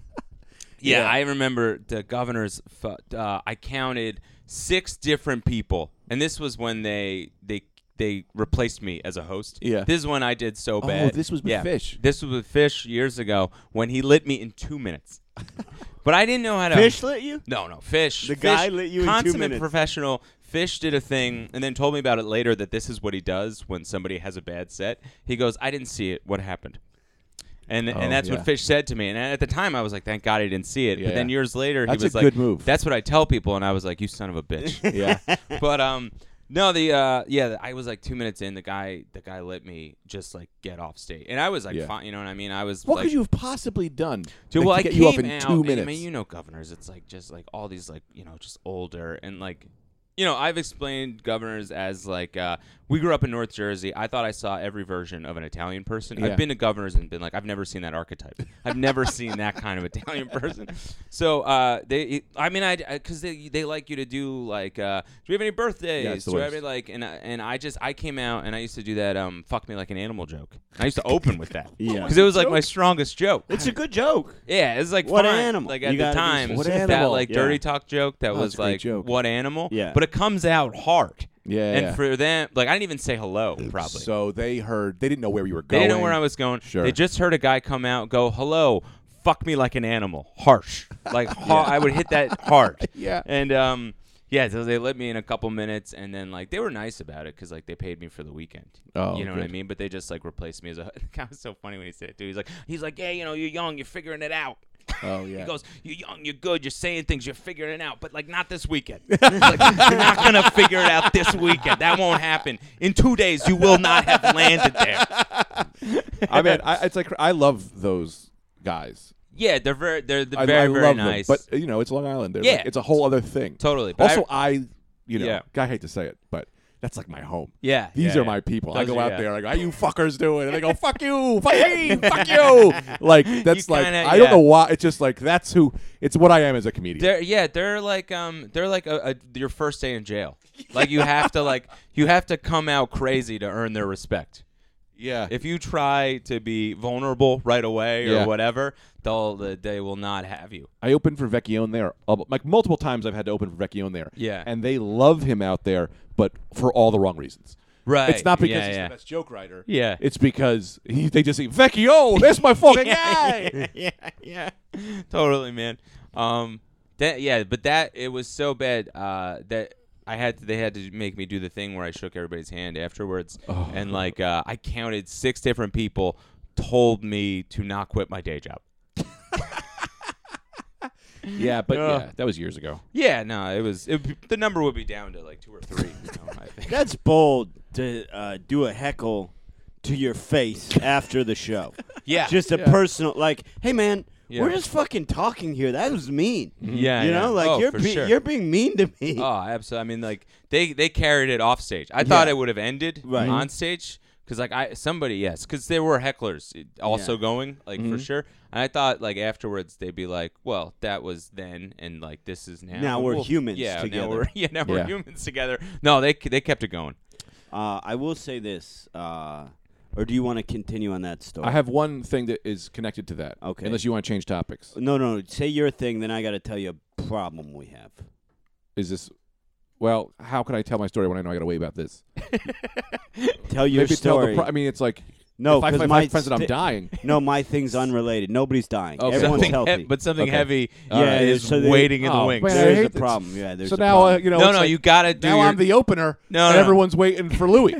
Yeah, I remember the governor's. fu- Uh, I counted six different people, and this was when they they they replaced me as a host. Yeah. Oh, this is when I did so bad. this was with Yeah. Fish. This was with Fish years ago when he lit me in two minutes, but I didn't know how to Fish lit you? No, no, Fish. The Fish, guy lit you in two consummate minutes. professional. Fish did a thing and then told me about it later that this is what he does when somebody has a bad set. He goes, "I didn't see it. What happened?" And, Oh, and that's yeah. what Fish said to me. And at the time, I was like, thank God I didn't see it. Yeah, but then yeah. years later, That's he was a like, good move. That's what I tell people. And I was like, you son of a bitch. yeah, but um, no, the uh, yeah, I was like two minutes in. The guy, the guy let me just like get off stage, and I was like, Yeah. fine, you know what I mean? I was What like, could you have possibly done to Dude, well, I get came you up in out, two and, I minutes? mean, you know, governors, it's like just like all these like you know just older and like you know, I've explained governors as like uh, we grew up in North Jersey. I thought I saw every version of an Italian person. Yeah. I've been to governors and been like, I've never seen that archetype. I've never seen that kind of Italian person. So uh, they, it- I mean, I because they they like you to do like, uh, do we have any birthdays? Yeah, it's the do we have worst. any like? And I, and I just I came out and I used to do that um fuck me like an animal joke. And I used to open with that. Yeah. because it was like my strongest joke. It's a good joke. Yeah, it's like What fine. animal? Like You at the gotta be time, specific. that like Yeah. dirty talk joke that it's was a great like joke. what animal? Yeah. but it comes out hard. Yeah, and yeah. for them, like I didn't even say hello. Probably So they heard they didn't know where you were they going. didn't know where I was going. Sure. they just heard a guy come out, go hello, fuck me like an animal, harsh. Like ha- I would hit that hard. Yeah. and um. Yeah, so they let me in a couple minutes, and then like they were nice about it because like they paid me for the weekend. Oh, you know what I good. mean? But they just like replaced me as a. That was so funny when he said it too. He's like, he's like, yeah, you know, you're young, you're figuring it out. Oh yeah. He goes, "You're young, you're good, you're saying things, you're figuring it out, but like not this weekend. Like, you're not gonna figure it out this weekend. That won't happen. In two days, you will not have landed there. I mean, I, it's like I love those guys. Yeah, they're very, they're, they're I, very, I very love nice. them, but you know, it's Long Island. They're Yeah. like- it's a whole other thing. totally. But Also, I, I- you know, Yeah. I hate to say it, but that's like my home. yeah, These yeah, are my people. I Those go are- out yeah. there, I go, how you fuckers doing? And they go, fuck you, fuck me, fuck you. Like, that's like, kinda- I don't yeah. know why. It's just like, that's who, it's what I am as a comedian. They're yeah, they're like um, they're like a, a, your first day in jail. Like you have to like you have to come out crazy to earn their respect. yeah. If you try to be vulnerable right away or Yeah. whatever, they'll they will not have you. I opened for Vecchione there. uh, Like, multiple times I've had to open for Vecchione there. Yeah. And they love him out there, but for all the wrong reasons. Right. It's not because Yeah, he's yeah. the best joke writer. Yeah. It's because he, they just say, Vecchio, that's my fucking guy. yeah, yeah, yeah, totally, man. Um, that yeah, but that it was so bad uh, that I had to, they had to make me do the thing where I shook everybody's hand afterwards, Oh. and like uh, I counted six different people told me to not quit my day job. Yeah, but yeah, that was years ago. Yeah, no, it was it, would be- the number would be down to like two or three. You know, I think. That's bold to uh, do a heckle to your face after the show. Yeah, Just a personal, like, hey man, we're Yeah. just fucking talking here. That was mean. yeah, you yeah. know, like Oh, you're for be- sure. you're being mean to me. Oh, absolutely. I mean, like they they carried it off stage. I thought it would have ended Right. Mm-hmm. on stage because like I somebody yes because there were hecklers eh, also going like Mm-hmm. for sure. And I thought like afterwards they'd be like, well, that was then and like this is now. Now And we're we'll- humans yeah, together. Now we're, yeah, now we're Yeah. humans together. No, they they kept it going. Uh, I will say this, uh, or do you want to continue on that story? I have one thing that is connected to that. Okay. Unless you want to change topics. no, no. Say your thing, then I got to tell you a problem we have. Is this. Well, how can I tell my story when I know I got to wait about this? Tell your Maybe story. tell the. Pro- I mean, it's like no, if I 'cause find my my friends that I'm sti- dying. No, my thing's unrelated. Nobody's dying. Okay. Everyone's Something healthy. he- but something Okay. heavy Yeah, uh, is so they- waiting in the Oh, wings. man, I there's hate a this. problem. Yeah, there's so a now uh, problem. you know. no, it's no, like, you gotta do. now your, I'm the opener. No, and no. everyone's waiting for Louis.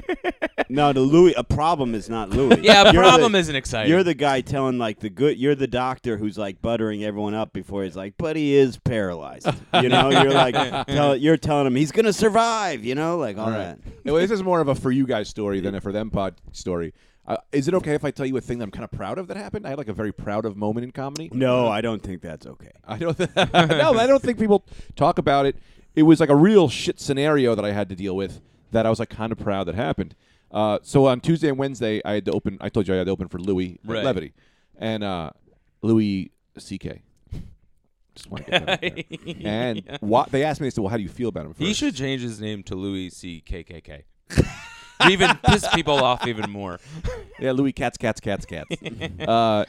no, to Louis, a problem is not Louis. yeah. You're Problem the, isn't exciting. You're the guy telling like the good. You're the doctor who's like buttering everyone up before he's like, but he is paralyzed. You know, you're like, tell, you're telling him he's gonna survive. You know, like all that. Well, this is more of a for you guys story than a for them pod story. Uh, is it okay if I tell you a thing that I'm kind of proud of that happened? I had like a very proud of moment in comedy. Uh-huh. No, I don't think that's okay. I don't. Th- no, I don't think people talk about it. It was like a real shit scenario that I had to deal with. That I was like kind of proud that happened. Uh, so on Tuesday and Wednesday, I had to open. I told you I had to open for Louis at Right. Levity, and uh, Louis C.K. Just want to get that out there. And wha- they asked me, they said, "Well, how do you feel about him?" First? He should change his name to Louis C. KKK. even piss people off even more. Yeah, Louis cats, cats, cats, cats. uh,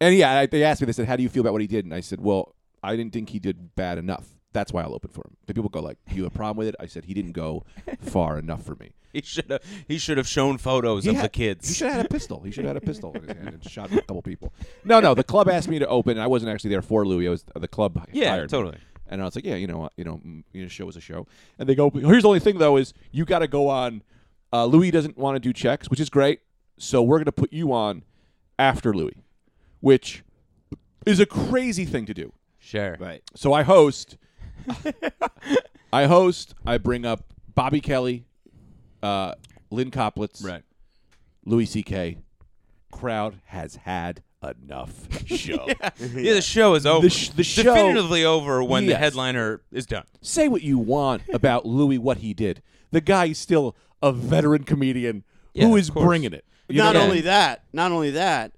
and yeah, I, they asked me. They said, "How do you feel about what he did?" And I said, "Well, I didn't think he did bad enough. That's why I'll open for him." The people go like, "You have a problem with it?" I said, "He didn't go far enough for me." He should have. He should have shown photos of had- the kids. He should have had a pistol. He should have had a pistol in his hand and shot a couple people. No, no. The club asked me to open, and I wasn't actually there for Louis. I was the club. hi- Yeah, hired me. totally. And I was like, yeah, you know, what, you know, mm, you know, show is a show. And they go, "But here's the only thing though is you got to go on. Uh, Louis doesn't want to do checks, which is great. So we're gonna put you on after Louis, which is a crazy thing to do. Sure. Right. So I host. I host. I bring up Bobby Kelly, uh, Lynn Coplitz, Right. Louis C.K. Crowd has had enough show. Yeah, the show is over. sh- the show- definitively over when the Yes. headliner is done. Say what you want about Louis, what he did. The guy is still a veteran comedian who of is course. bringing it. You not know what I only that, not only that,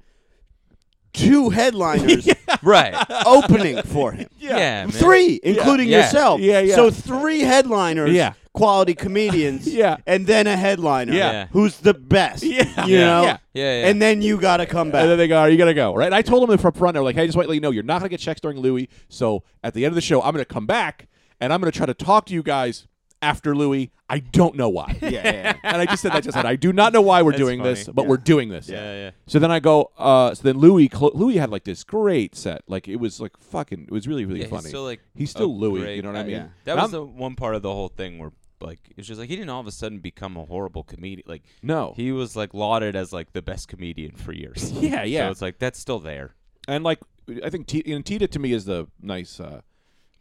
two headliners Right. opening for him. yeah. man. Three, including Yeah. yourself. Yeah, yeah. So three headliners, Yeah. quality comedians, Yeah. and then a headliner Yeah. who's the best. Yeah. You Yeah. know? Yeah. Yeah, yeah. And then you got to come And then back. they go, "Are you gonna go?" Right? And I told them in front front, they're like, "Hey, just want to let you know, you're not gonna get checks during Louis. So at the end of the show, I'm gonna come back and I'm gonna try to talk to you guys after Louis. I don't know why. Yeah, yeah, yeah. and I just said that just said I do not know why we're doing funny. this, but we're doing this. Yeah, yeah. So then I go. Uh, so then Louis clo Louis had like this great set. Like it was like fucking. It was really really Yeah, funny. He's still like he's a still Louis. great You know what I guy. mean? yeah. That And was I'm- the one part of the whole thing where like it's just like he didn't all of a sudden become a horrible comedian. Like No. he was like lauded as like the best comedian for years. Yeah, yeah. So it's like that's still there. and like I think T- and Tita to me is the nice. Uh,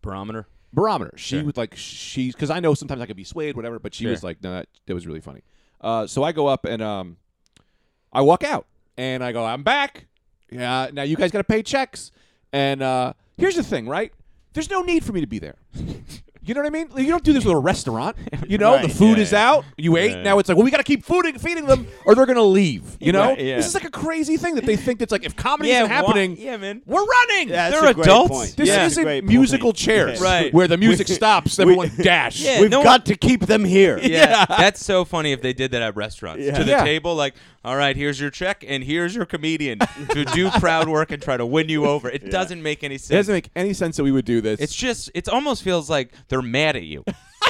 Barometer. barometer. She would like she because I know sometimes I could be swayed, whatever. But she was like, no, that, that was really funny. Uh, so I go up and um, I walk out and I go, I'm back. Yeah, now you guys got to pay checks. And uh, here's the thing, right? There's no need for me to be there. You know what I mean? Like, You don't do this with a restaurant. You know, the Right, food yeah, is yeah. out. You ate. Now it's like, well, we got to keep fooding, feeding them, or they're gonna leave. You know, Right, yeah. this is like a crazy thing that they think that's like if comedy Yeah, isn't why- happening, yeah, man. we're running. Yeah, that's They're a great adults. point. This Yeah, that's a great isn't point. musical chairs, Yeah. Right. Where the music stops, everyone dash. Yeah, We've no got to keep them here. Yeah. That's so funny if they did that at restaurants. To the Yeah. table, like, all right, here's your check and here's your comedian to do proud work and try to win you over. It doesn't make any It sense. doesn't make any sense that we would do this. It's just it almost feels like they're mad at you.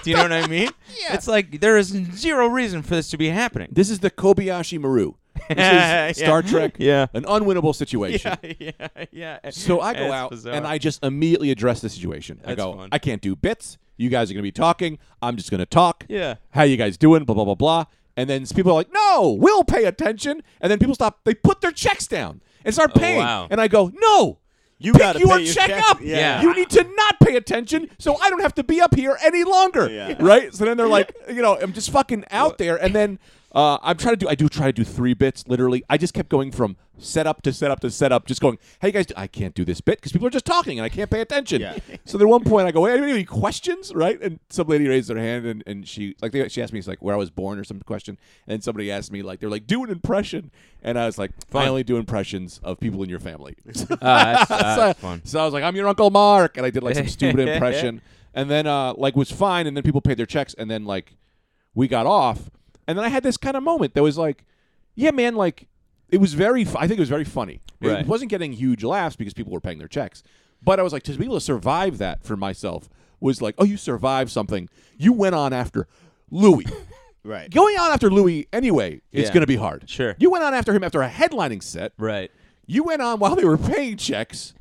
Do you know what I mean? yeah. It's like there is zero reason for this to be happening. this is the Kobayashi Maru. This is Yeah. Star Trek. Yeah. An unwinnable situation. yeah, yeah. So I go It's out bizarre. and I just immediately address the situation. I That's go, fun. I can't do bits. You guys are going to be talking. I'm just going to talk. Yeah. How you guys doing? Blah blah blah blah. And then people are like, "No, we'll pay attention." And then people stop. They put their checks down and start paying. Oh, wow. And I go, "No, You pick gotta your pay your check, check. up. Yeah. You need to not pay attention, so I don't have to be up here any longer." Yeah. Right. So then they're like, you know, I'm just fucking out there. And then uh, I'm trying to do. I do try to do three bits. Literally, I just kept going from setup to setup to setup, just going, "Hey guys, I can't do this bit because people are just talking and I can't pay attention." Yeah. So then at one point I go, anybody have any questions? Right? And some lady raised her hand and, and she like they, she asked me it's like where I was born or some question. And then somebody asked me like they're like, do an impression. And I was like, I only do impressions of people in your family. so, Ah, that's, that's I, fun. so I was like, I'm your Uncle Mark and I did like some stupid impression. And then uh like was fine and then people paid their checks and then like we got off. And then I had this kind of moment that was like, yeah, man, like it was very. Fu- I think it was very funny. Right. It wasn't getting huge laughs because people were paying their checks, but I was like, to be able to survive that for myself was like, oh, you survived something. You went on after Louis. Right. Going on after Louis anyway is Yeah. going to be hard. Sure. You went on after him after a headlining set. Right. You went on while they were paying checks.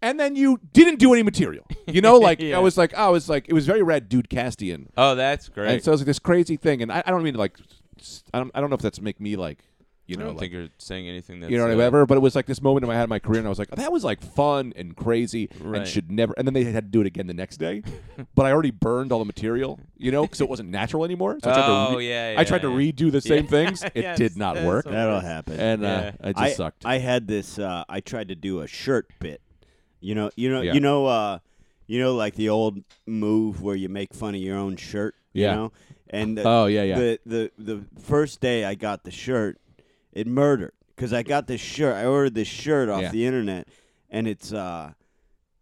And then you didn't do any material. You know, like I was like, I was like, it was very rad, dude Castian. Oh, that's And great. so it was like this crazy thing, and I, I don't mean to like, s- I don't, I don't know if that's make me like, you I know, don't like, think you're saying anything that's you know uh, whatever. But it was like this moment in my head in my career, and I was like, that was like fun and crazy, Right. and should never. And then they had to do it again the next day, but I already burned all the material, you know, so it wasn't natural anymore. So I tried to Oh, yeah, I tried to yeah, redo the same things. It Yes, did not that is work, so- That'll happen. and Yeah. uh, I just I sucked. I had this. Uh, I tried to do a shirt bit. You know. You know. Yeah. You know. Uh, you know, like the old move where you make fun of your own shirt. Yeah. You know. And the, Oh, yeah, yeah. The, the the first day I got the shirt, it murdered because I got this shirt. I ordered this shirt off Yeah. the internet, and it's uh,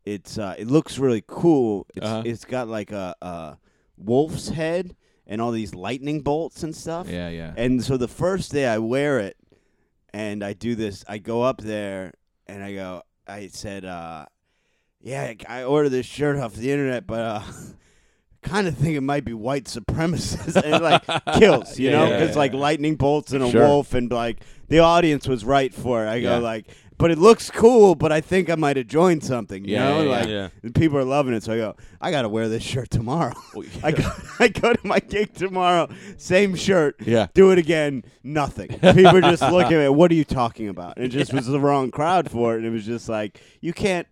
it's uh, it looks really cool. It's, Uh-huh. it's got like a, a wolf's head and all these lightning bolts and stuff. yeah, yeah. And so the first day I wear it, and I do this. I go up there and I go. I said, uh, "Yeah, I I ordered this shirt off the internet, but uh, kind of think it might be white supremacist." and like kills, you Yeah, know, yeah, because yeah, like lightning bolts and a Sure. wolf, and like the audience was right for it. I go Yeah. like. But it looks cool, but I think I might have joined something, you Yeah, know? yeah, yeah. like Yeah. and people are loving it, so I go, I gotta wear this shirt tomorrow. I go I go to my gig tomorrow, same shirt, Yeah. do it again, nothing. People are just looking at what are you talking about? And it just was the wrong crowd for it. And it was just like, you can't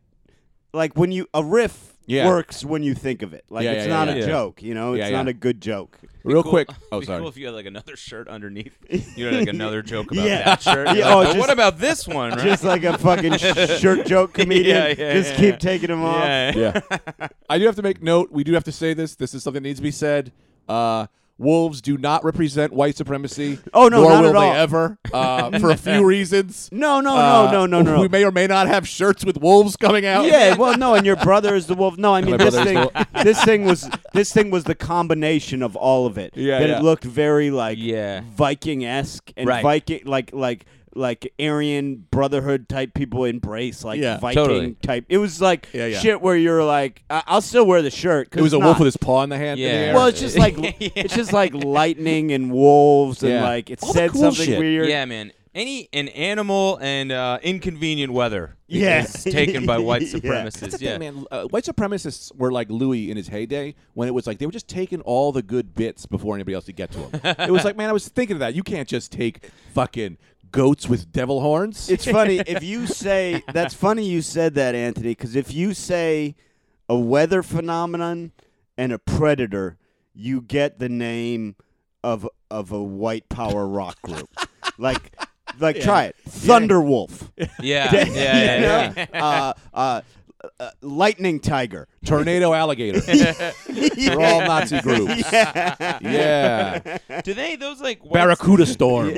like when you a riff Yeah. works when you think of it. Like Yeah, it's yeah, not yeah, a yeah. joke, you know? It's Yeah, not yeah. a good joke. Real Cool- quick. Oh, be sorry. Cool if you had like another shirt underneath. You had like another joke about Yeah. that shirt. You're Yeah, like, oh, "But just- what about this one? Right? Just like a fucking sh- shirt joke comedian. Yeah, yeah, Just yeah, keep yeah. taking them off. yeah. yeah. I do have to make note. We do have to say this. This is something that needs to be said. Uh, wolves do not represent white supremacy. Oh, no, nor not will at they all. ever. Uh, for a few reasons. No, no, Uh, no, no, no, no. We may or may not have shirts with wolves coming out. yeah, well, no, and your brother is the wolf. No, I mean Oh. my this brother is thing. This thing was this thing was the combination of all of it. Yeah, that yeah. it looked very like Yeah. Viking esque and Right. Viking like like like Aryan Brotherhood type people embrace like Yeah, Viking totally. type. It was like Yeah, yeah. shit where you're like, I- I'll still wear the shirt. 'cause It was a it's wolf not- with his paw in the hand. in the Yeah. air. Well, it's just like it's just like lightning and wolves and Yeah. like it All the said cool something shit. weird. Yeah, man. Any an animal and uh, inconvenient weather Yeah. is taken by white Yeah. supremacists. That's the yeah. thing, man. Uh, white supremacists were like Louis in his heyday when it was like they were just taking all the good bits before anybody else could get to them. it was like, man, I was thinking of that. You can't just take fucking goats with devil horns. It's funny if you say that's funny you said that, Anthony, because if you say a weather phenomenon and a predator, you get the name of of a white power rock group. like, like try it, Thunderwolf. Yeah, Yeah. Yeah. yeah, yeah. Uh, uh, uh, lightning tiger. Tornado alligator. They're all Nazi groups. Yeah. Yeah. Do they those like white- Barracuda storm.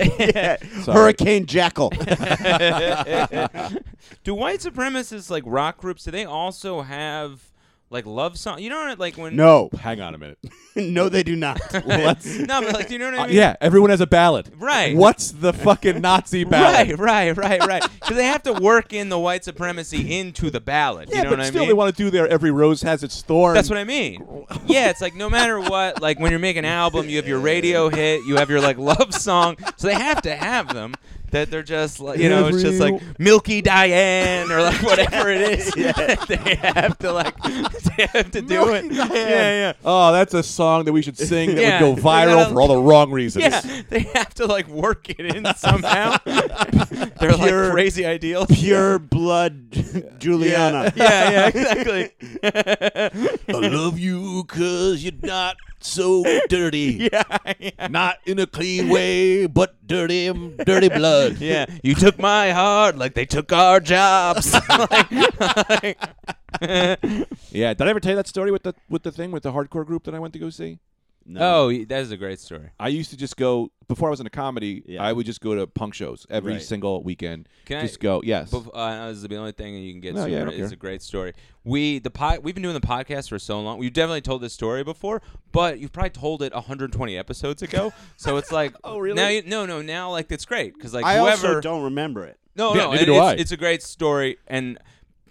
Hurricane jackal. Do white supremacists like rock groups? Do they also have like love song? You know, like when No, Hang on a minute. no, they do not. no, but like do you know what Uh, I mean? yeah, everyone has a ballad. Right. What's the fucking Nazi ballad? Right, right, right, right. Because they have to work in the white supremacy into the ballot. Yeah, you know but what still, I mean? they want to do their every rose has its thorn. That's what I mean. Yeah, it's like no matter what, like when you're making an album, you have your radio hit, you have your like love song, so they have to have them. That they're just like you know, it's just like Milky Diane or like whatever it is. they have to like they have to do it. Yeah, Oh, that's a song that we should sing that Yeah. would go viral Yeah. for all the wrong reasons. yeah. Yeah. They have to like work it in somehow. they're like Pure- crazy ideals. Pure blood, Juliana. Yeah, yeah, exactly. I love you because you're not so dirty. Not in a clean way, but dirty, dirty blood. Yeah, you took my heart like they took our jobs. Like- Yeah. Did I ever tell you that story with the with the thing with the hardcore group that I went to go see? oh, y- that is a great story. I used to just go before I was in a comedy. Yeah. I would just go to punk shows every Right. single weekend. Can I- just go. Yes. Bef- uh, this is the only thing that you can get. No, to yeah, I don't it's care. a great story. We the pod, we've been doing the podcast for so long. We've definitely told this story before, but you've probably told it 120 episodes ago. so it's like, oh really? Now you, no, no, now like it's great because like I whoever also don't remember it. no, Yeah, no, neither and do it's, I. it's a great story, and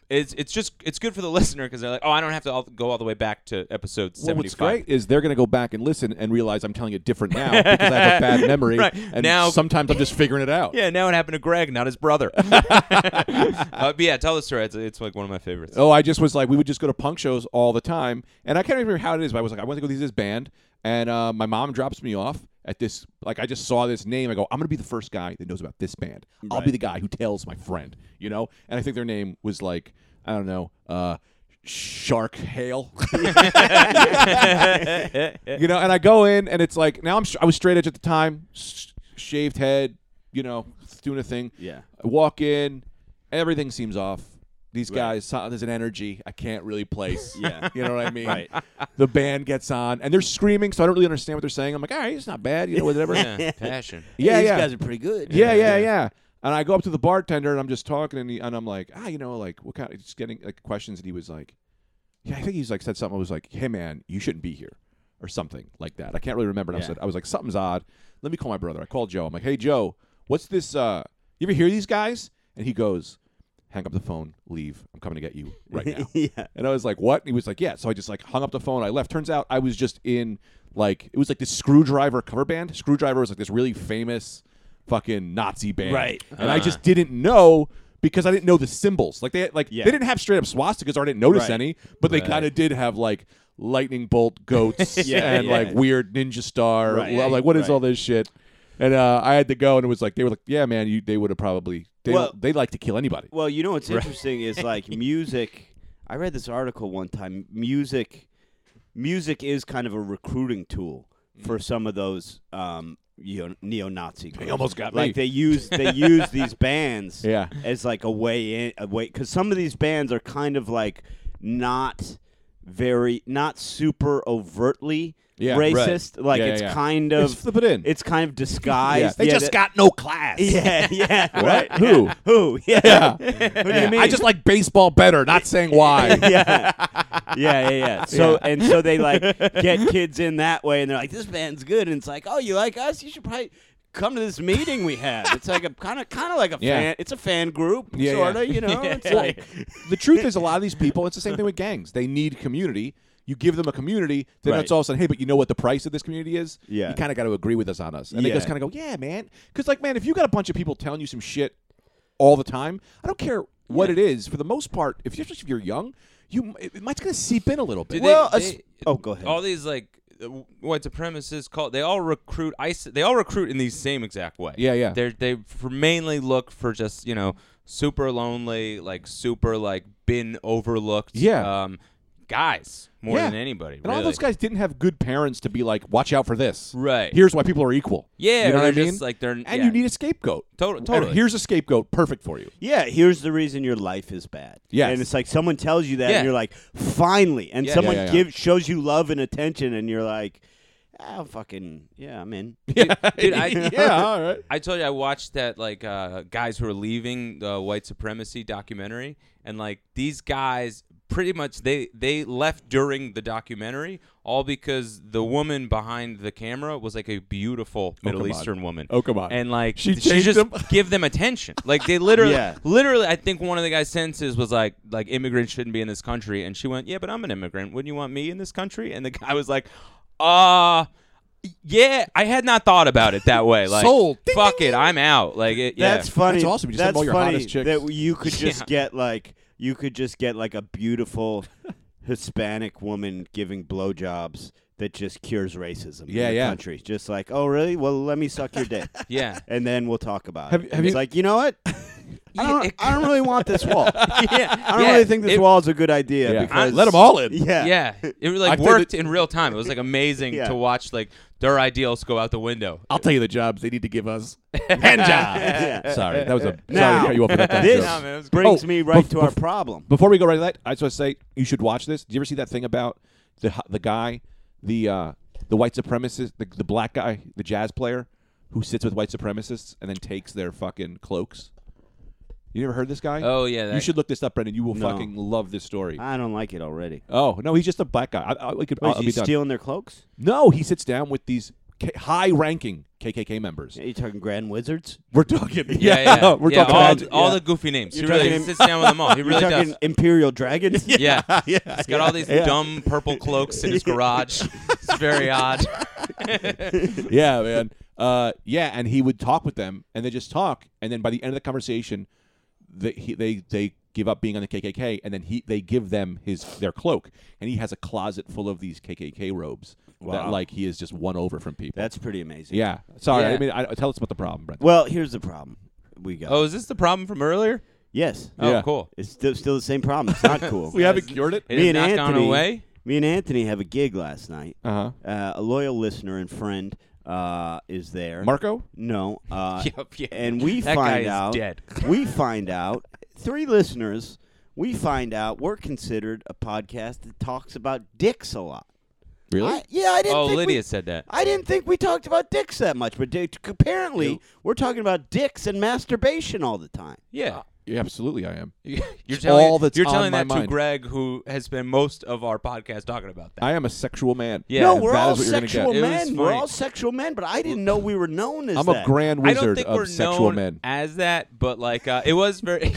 it's it's just it's good for the listener because they're like, oh, I don't have to all, go all the way back to episode Well, 75. what's great is they're going to go back and listen and realize I'm telling it different now because I have a bad memory. Right. And Now- sometimes I'm just figuring it out. Yeah, now it happened to Greg, not his brother. uh, but yeah, tell the story. It's, it's like one of my favorites. Oh, I just was like, we would just go to punk shows all the time, and I can't remember how it is, but I was like, I went to go see this band, and uh, my mom drops me off at this. Like, I just saw this name. I go, I'm gonna be the first guy that knows about this band. I'll be the guy who tells my friend, you know. And I think their name was like, I don't know, uh, Shark Hale. you know, and I go in, and it's like now I'm sh- I was straight edge at the time, sh- shaved head, you know, doing a thing. Yeah. I walk in, everything seems off. These guys, so- there's an energy I can't really place. Yeah. you know what I mean. Right. The band gets on, and they're screaming, so I don't really understand what they're saying. I'm like, all right, it's not bad, you know, whatever. yeah, Yeah, passion. yeah, these yeah, guys are pretty good. yeah, yeah, And I go up to the bartender, and I'm just talking, and, he, and I'm like, ah, you know, like what kind? Of, just getting like questions, and he was like, yeah, I think he's like said something. I was like, hey man, you shouldn't be here, or something like that. I can't really remember. And I said, I was like, something's odd. Let me call my brother. I called Joe. I'm like, hey Joe, what's this? uh You ever hear these guys? And he goes, hang up the phone, leave. I'm coming to get you right now. Yeah. And I was like, "What?" And he was like, "Yeah." So I just like hung up the phone. I left. Turns out I was just in like it was like this Screwdriver cover band. Screwdriver was like this really famous fucking Nazi band, Right. And I Uh. just didn't know because I didn't know the symbols. Like they like Yeah. they didn't have straight up swastikas, or I didn't notice Right. any. But they kind of did have like lightning bolt goats Yeah, and yeah. like weird ninja star. Right. Well, I'm like, what is Right. all this shit? And uh, I had to go, and it was like they were like, "Yeah, man, you." They would have probably they Well- don't- they like to kill anybody. Well, you know what's interesting is like music. I read this article one time. Music, music is kind of a recruiting tool Mm. for some of those um, you know, neo-Nazi. Groups. almost got like me. they use they use these bands Yeah. as like a way in a way because some of these bands are kind of like not very not super overtly Yeah, right. racist. Like Yeah, it's yeah. kind It's of flip it in. It's kind of disguised. Yeah. They Yeah, just that- got no class. yeah, yeah. What? right. Who? Who? Yeah. Who do you mean? I just like baseball better, not saying why. yeah. yeah, yeah, yeah. So and so they like get kids in that way, and they're like, "This band's good," and it's like, "Oh, you like us? You should probably come to this meeting we have." It's like a kind of kind of like a Yeah. fan. It's a fan group, Yeah, sort yeah. of. You know, it's Well, like the truth is, a lot of these people, it's the same thing with gangs. They need community. You give them a community, then Right. it's all of a sudden, hey, but you know what the price of this community is? Yeah. You kind of got to agree with us on us. And Yeah. they just kind of go, yeah, man. Because, like, man, if you got a bunch of people telling you some shit all the time, I don't care what it is. For the most part, if you're, especially if you're young, you it, it might going to seep in a little Do bit. they- well, a they- s- oh, go ahead. all these like uh, white supremacists call they all recruit ISIS they all recruit in the same exact way. Yeah, yeah. They they f- mainly look for just, you know, super lonely, like super like been overlooked Yeah. um guys more Yeah. than anybody. and all really. those guys didn't have good parents to be like, watch out for this. Right. Here's why people are equal. Yeah, You know what I they're mean? just, like, they're- and yeah. you need a scapegoat. Tot- And totally. here's a scapegoat, perfect for you. yeah, here's the reason your life is bad. Yes. and it's like someone tells you that, Yeah. and you're like, "Finally!" And Yeah. someone Yeah, yeah, yeah. gives shows you love and attention, and you're like, "Ah, fucking yeah, I'm in." Dude, I, yeah, all right. I told you I watched that like uh, guys who are leaving the white supremacy documentary, and like these guys pretty much they they left during the documentary all because the woman behind the camera was like a beautiful Middle come on. Eastern woman. Oh, come on. And like She she, changed just them? give them attention. Like they literally Yeah. literally I think one of the guy's sentences was like like immigrants shouldn't be in this country and she went, "Yeah, but I'm an immigrant. Wouldn't you want me in this country?" And the guy was like, "Uh yeah, I had not thought about it that way. Like, Sold. Ding, fuck it, I'm out. Like, it, yeah. That's funny. That's awesome. You just have That's all your funny hottest chicks. that you could just Yeah. get like you could just get like a beautiful Hispanic woman giving blowjobs that just cures racism in Yeah, the yeah. country. Just like, oh really? Well, let me suck your dick, yeah. and then we'll talk about Have- it. have it's you- like, you know what? I don't. it- I don't really want this wall. yeah, I don't really think this it, wall is a good idea Yeah. because Let 'em all in. Yeah, Yeah, it I like think worked that- in real time. It was like amazing Yeah. to watch like their ideals go out the window. I'll tell you the jobs they need to give us. Hand Yeah. job. sorry, that was a sorry Now- to cut you off with that. dumb This joke. man, it was brings Oh, me right bef- to our bef- problem. Before we go right to that, I just want to say you should watch this. Do you ever see that thing about the h- the guy, the uh, the white supremacist, the, the black guy, the jazz player who sits with white supremacists and then takes their fucking cloaks? You never heard this guy? Oh, yeah, you that- should look this up, Brendan. You will No. fucking love this story. I don't like it already. oh no, he's just a black guy. I, I, we could, Wait, Oh, I'll Oh, is he be done. stealing their cloaks? No, he sits down with these K- high-ranking KKK members. Are you talking Grand Wizards? We're talking. Yeah, yeah, yeah. we're Yeah, talking. all, magic. all Yeah. the goofy names. You're he really talking- sits down with them all. He You're really talking does. Imperial Dragons? Yeah, yeah, He's got all these yeah. dumb purple cloaks in his garage. It's very odd. yeah, man. Uh, yeah, and he would talk with them, and they just talk, and then by the end of the conversation, they he, they they give up being on the KKK, and then he they give them his their cloak, and he has a closet full of these KKK robes that Wow. like he is just won over from people. That's pretty amazing. yeah. Sorry, I Yeah. mean, I, tell us about the problem, Brent. Well, here's the problem. We got. Oh, is this the problem from earlier? yes. Oh, Yeah. cool. It's still, still the same problem. It's not cool. cured it. It me and has not Anthony. gone away. Me and Anthony have a gig last night. Uh Uh, a loyal listener and friend uh, is there. huh. Marco. No. Uh, Yup, yeah. And we That guy find is out. dead. we find out. Three listeners. We find out we're considered a podcast that talks about dicks a lot. I- yeah, I didn't. Oh, think we- Lydia said that. I didn't think we talked about dicks that much, but dick, apparently we're talking about dicks and masturbation all the time. Yeah. yeah, absolutely, I am. You're telling all that's you're on telling my that to mind. Greg, who has spent most of our podcast talking about that. I am a sexual man. Yeah. no, And we're that all is what you're gonna get. sexual It was men. We're funny. all sexual men, but I didn't know we were known as I'm that. a grand I don't wizard think of we're sexual known men. as that, but like uh, it was very.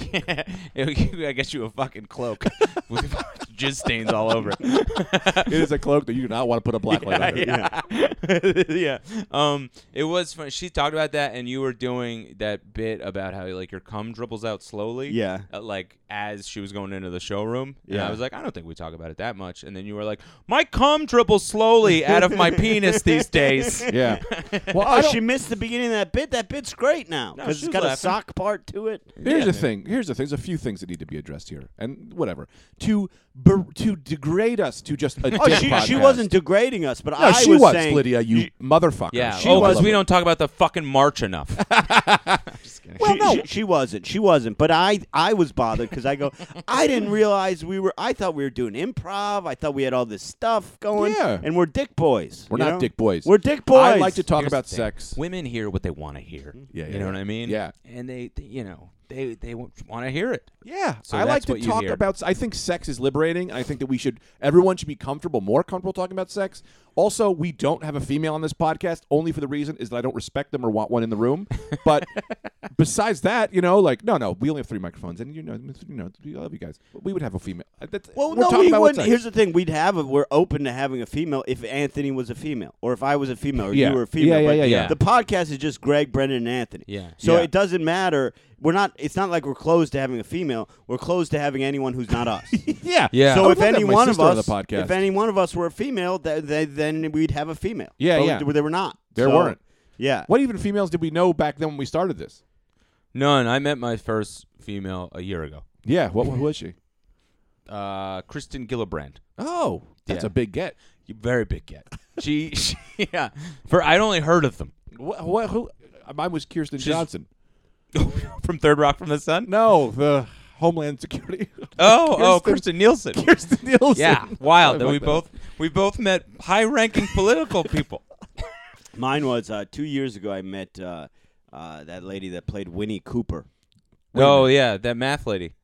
I guess you a fucking cloak with jizz stains all over. it is a cloak that you do not want to put a black light under. yeah. yeah. Um, it was fun. She talked about that, and you were doing that bit about how like your cum dribbles out slowly. Yeah. Oh, uh, like as she was going into the showroom. And Yeah. I was like, I don't think we talk about it that much. And then you were like, my cum dribbles slowly out of my penis these days. Yeah. Well, I Oh, don't- she missed the beginning of that bit. That bit's great now No, because she it's was got a laughing. sock part to it. Here's the thing. Here's the thing. There's a few things that need to be addressed here, and whatever to ber- to degrade us to just a Oh, dick she, she podcast. wasn't degrading us, but No, I she was, was saying Lydia. You motherfucker. Yeah. She Oh, was. because we don't talk about the fucking march enough. Well, she, no, she, she wasn't. She wasn't. But I, I was bothered because I go, I didn't realize we were. I thought we were doing improv. I thought we had all this stuff going. Yeah. And we're dick boys. We're you not know? dick boys. We're dick boys. I like to talk Here's about the thing. sex. Women hear what they want to hear. Yeah, yeah, you know yeah. what I mean. Yeah. and they, they- you know, they they want to hear it. Yeah, So I like that's to what you talk hear. about. I think sex is liberating. I think that we should, everyone should be comfortable, more comfortable talking about sex. Also, we don't have a female on this podcast only for the reason is that I don't respect them or want one in the room. But besides that, you know, like no, no, we only have three microphones, and you know, you know, we love you guys. We would have a female. Uh, That's, Well, we're no, talking we about wouldn't. sex. Here's the thing: we'd have. A, we're open to having a female if Anthony was a female, or if I was a female, or Yeah. you were a female. Yeah, yeah, but yeah, yeah. The podcast is just Greg, Brendan, and Anthony. Yeah. So Yeah. it doesn't matter. We're not. It's not like we're closed to having a female. We're closed to having anyone who's not us. yeah, Yeah. I So would if any one of us, the podcast, if any one of us were a female, th- th- then we'd have a female. Yeah, but yeah. We, they were not. There So, weren't. Yeah. what even females did we know back then when we started this? None. I met my first female a year ago. Yeah, what, what was she? Uh, Kristen Gillibrand. Oh, that's Yeah. a big get. Very big get. she, she, yeah. For I'd only heard of them What, what, who? Mine was Kirsten Johnson. from Third Rock from the Sun. No, the Homeland Security. Oh, oh, Kirsten- Kristen Nielsen. Kirsten Nielsen. Yeah, wild. That about we that. both we both met high-ranking political people. Mine was uh, two years ago. I met uh, uh, that lady that played Winnie Cooper. oh yeah, that math lady.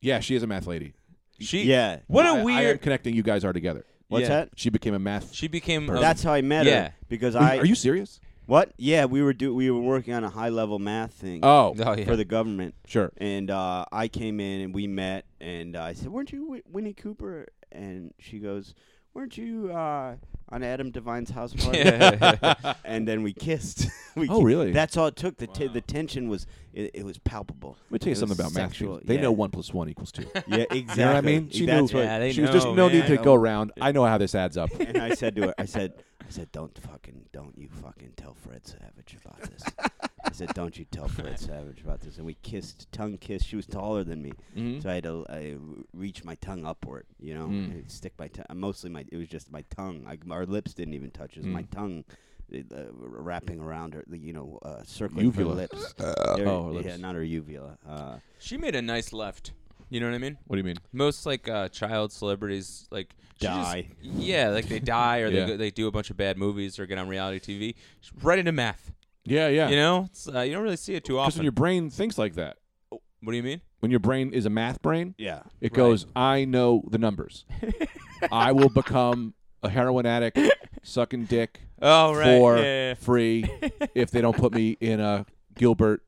Yeah, she is a math lady. She. Yeah. What I- a I am weird. connecting you guys are together. What's Yeah. that? She became a math. she became. um, That's how I met yeah. her because Wait, I are you serious? What? Yeah, we were do we were working on a high level math thing Oh, oh yeah. for the government, sure. and uh, I came in and we met, and uh, I said, "Weren't you Wi- Winnie Cooper?" And she goes, "Weren't you uh, on Adam Devine's house party?" and then we kissed. we Oh, ki- really? That's all it took. The t- the tension was it, it was palpable. Let me tell you It was something about math. sexual. people. They yeah. know one plus one equals two. Yeah, exactly. You know what I mean? She That's knew. what- Yeah, they she was just know, no need man. to go around. I know how this adds up. and I said to her, I said, I said, don't fucking, don't you fucking tell Fred Savage about this. I said, don't you tell Fred Savage about this. And we kissed, tongue kissed. She was taller than me, so I had to I re- reach my tongue upward, you know, and stick my tongue. Mostly my, it was just my tongue. I, our lips didn't even touch. It was my tongue. uh, Uh, wrapping around her, you know, uh, circling Uvula. her lips. oh, her Yeah, lips. not her uvula. Uh, she made a nice left. You know what I mean? What do you mean? Most like uh, child celebrities like she just- Die. yeah, like they die or Yeah. they go, they do a bunch of bad movies or get on reality TV. She's Right into math. Yeah, yeah. You know, it's, uh, you don't really see it too because when often. your brain thinks like that, what do you mean? when your brain is a math brain, yeah. It goes, I know the numbers. I will become a heroin addict, sucking dick Oh right, for yeah, yeah, yeah. free if they don't put me in a Gilbert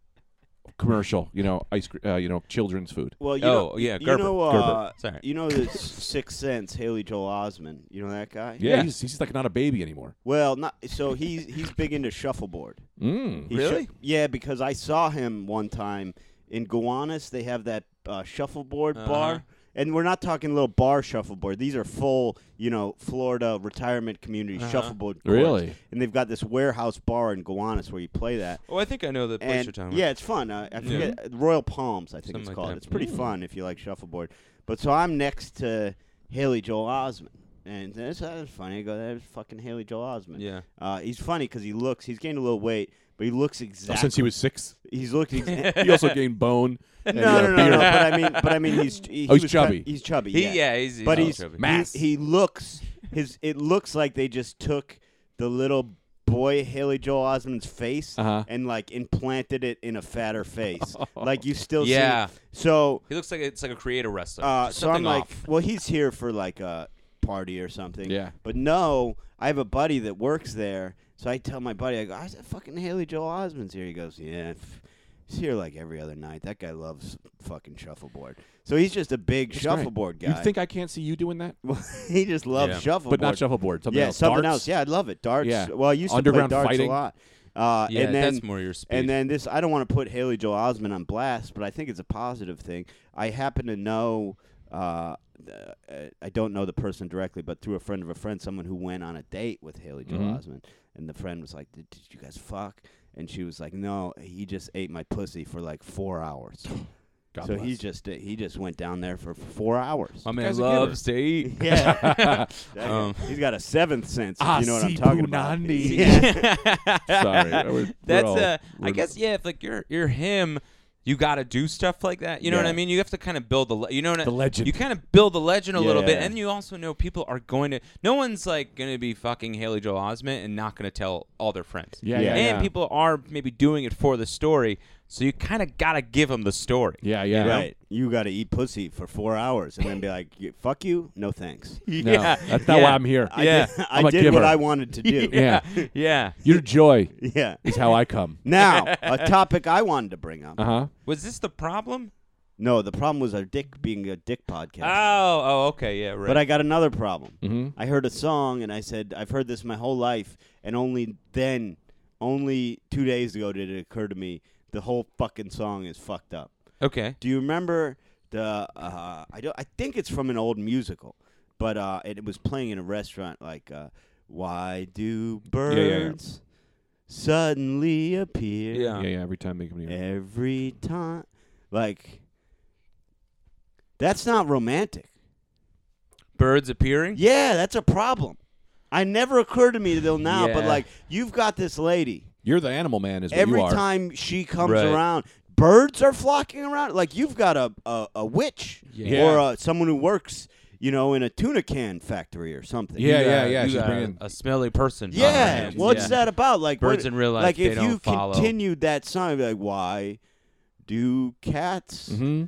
commercial, you know, ice cre uh, you know, children's food. Well, you Oh, know, yeah, you Gerber. know, Gerber. uh, Sorry. you know the Sixth Sense, Haley Joel Osment. You know that guy? Yeah, he's, he's like not a baby anymore. Well, not so he's he's big into shuffleboard. Mm. He Really? yeah, because I saw him one time in Gowanus. They have that uh, shuffleboard bar, and we're not talking little bar shuffleboard. These are full, you know, Florida retirement community shuffleboard. courts. Really? And they've got this warehouse bar in Gowanus where you play that. Oh, I think I know the place you're And talking about. yeah, it's fun. Uh, I forget Royal Palms, I think Something it's like called. that. It's Hmm. pretty fun if you like shuffleboard. But so I'm next to Haley Joel Osment, and that's, that's funny. I go, that's fucking Haley Joel Osment. Yeah. uh, he's funny because he looks. He's gained a little weight, but he looks exactly. Oh, Since he was six, he's looked. Ex- no, he also gained bone. And, uh, no, no, no, beard. But I mean, but I mean, he's he, Oh, he he's was cut- chubby. he's chubby. He, yeah. yeah. he's, he's but all he's chubby. Mass. He, he looks his. It looks like they just took the little boy Haley Joel Osment's face Uh-huh. Oh. and like implanted it in a fatter face. like you still Yeah. see. So He looks like it's like a creator wrestler. uh, Just so I'm something like, off. well, he's here for like a party or something. Yeah. But no, I have a buddy that works there, so I tell my buddy, I go, I said, fucking Haley Joel Osment's here. He goes, yeah. f- He's here like every other night. That guy loves fucking shuffleboard. So he's just a big shuffleboard guy. You think I can't see you doing that? he just loves shuffleboard. But not shuffleboard. Something yeah, else. something Darts? else. Yeah, I'd love it. Darts. Yeah. Well, I used Underground to play darts fighting. a lot. Uh, Yeah, and then, that's more your speed. And then this, I don't want to put Haley Joel Osment on blast, but I think it's a positive thing. I happen to know, uh, th- uh, I don't know the person directly, but through a friend of a friend, someone who went on a date with Haley Joel Mm-hmm. Osment, and the friend was like, "Did, did you guys fuck?" And she was like, "No, he just ate my pussy for like four hours." God so bless. he just he just went down there for four hours. My man loves to eat. Yeah. Um, He's got a seventh sense, if Ah, you know what I'm si, talking about. Punani. Yeah. Sorry, we're- we're that's all- uh, I we're- guess yeah. If like you're you're him, you got to do stuff like that. You know what I Yeah. mean? You have to kind of build the le- you know what I- The legend. You kind of build the legend a little bit, Yeah. and you also know people are going to. No one's like going to be fucking Haley Joel Osment and not going to tell all their friends. Yeah, yeah, and yeah. people are maybe doing it for the story, so you kind of got to give them the story. Yeah, yeah. Right. You got to eat pussy for four hours and then be like, "Y- fuck you? No thanks. No, Yeah. that's not why Yeah. I'm here. I Yeah. did, I'm I a did what giver. I wanted to do. Yeah. yeah. Your joy Yeah. is how I come. Now, a topic I wanted to bring up. Uh huh. Was this the problem? No, the problem was our dick being a dick podcast. Oh, oh, okay, yeah, right. But I got another problem. Mm-hmm. I heard a song and I said, I've heard this my whole life. And only then, only two days ago, did it occur to me the whole fucking song is fucked up. okay. Do you remember the? Uh, I don't. I think it's from an old musical, but uh, it, was playing in a restaurant. Like, uh, why do birds yeah, yeah. suddenly appear Yeah. Yeah, yeah. Every time they come here. every time? Like, that's not romantic. Birds appearing? Yeah, that's a problem. I never occurred to me till now, but Yeah. like, you've got this lady. You're the animal man, is what every you are. time she comes Right. around birds are flocking around like you've got a a, a witch Yeah. or uh someone who works you know in a tuna can factory or something Yeah, Oh, You yeah, got- yeah, you she's got bringing- a smelly person. Oh, yeah behind you. what's Yeah. that about like Birds what- in real life, like they if don't you follow. continued that song like why do cats Mm-hmm.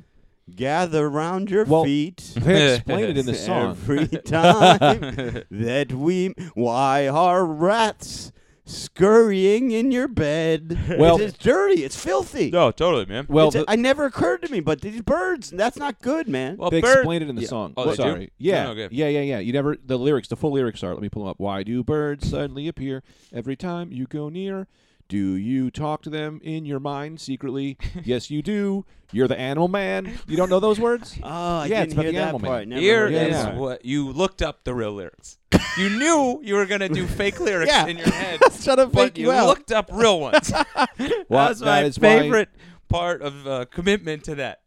gather round your Well, feet They explain it in the song. Every time that we, why are rats scurrying in your bed? Well- it's dirty. It's filthy. No, totally, man. Well, It's- the- I never occurred to me, but these birds, that's not good, man. Well, they bird- explain it in the Yeah. song. Oh, they do? Sorry. No, Yeah. no, good. yeah. Yeah. Yeah. You never. The lyrics. The full lyrics are. Let me pull them up. Why do birds suddenly appear every time you go near? Do you talk to them in your mind secretly? yes, you do. You're the animal man. You don't know those words? oh, I Yeah, didn't it's about hear the that animal man. part. Never Here heard is Yeah, that yeah. part. what you looked up the real lyrics. You knew you were gonna do fake lyrics Yeah. in your head, Shut up, but fuck you well. looked up real ones. Well, That's that my is why- favorite part of uh, commitment to that.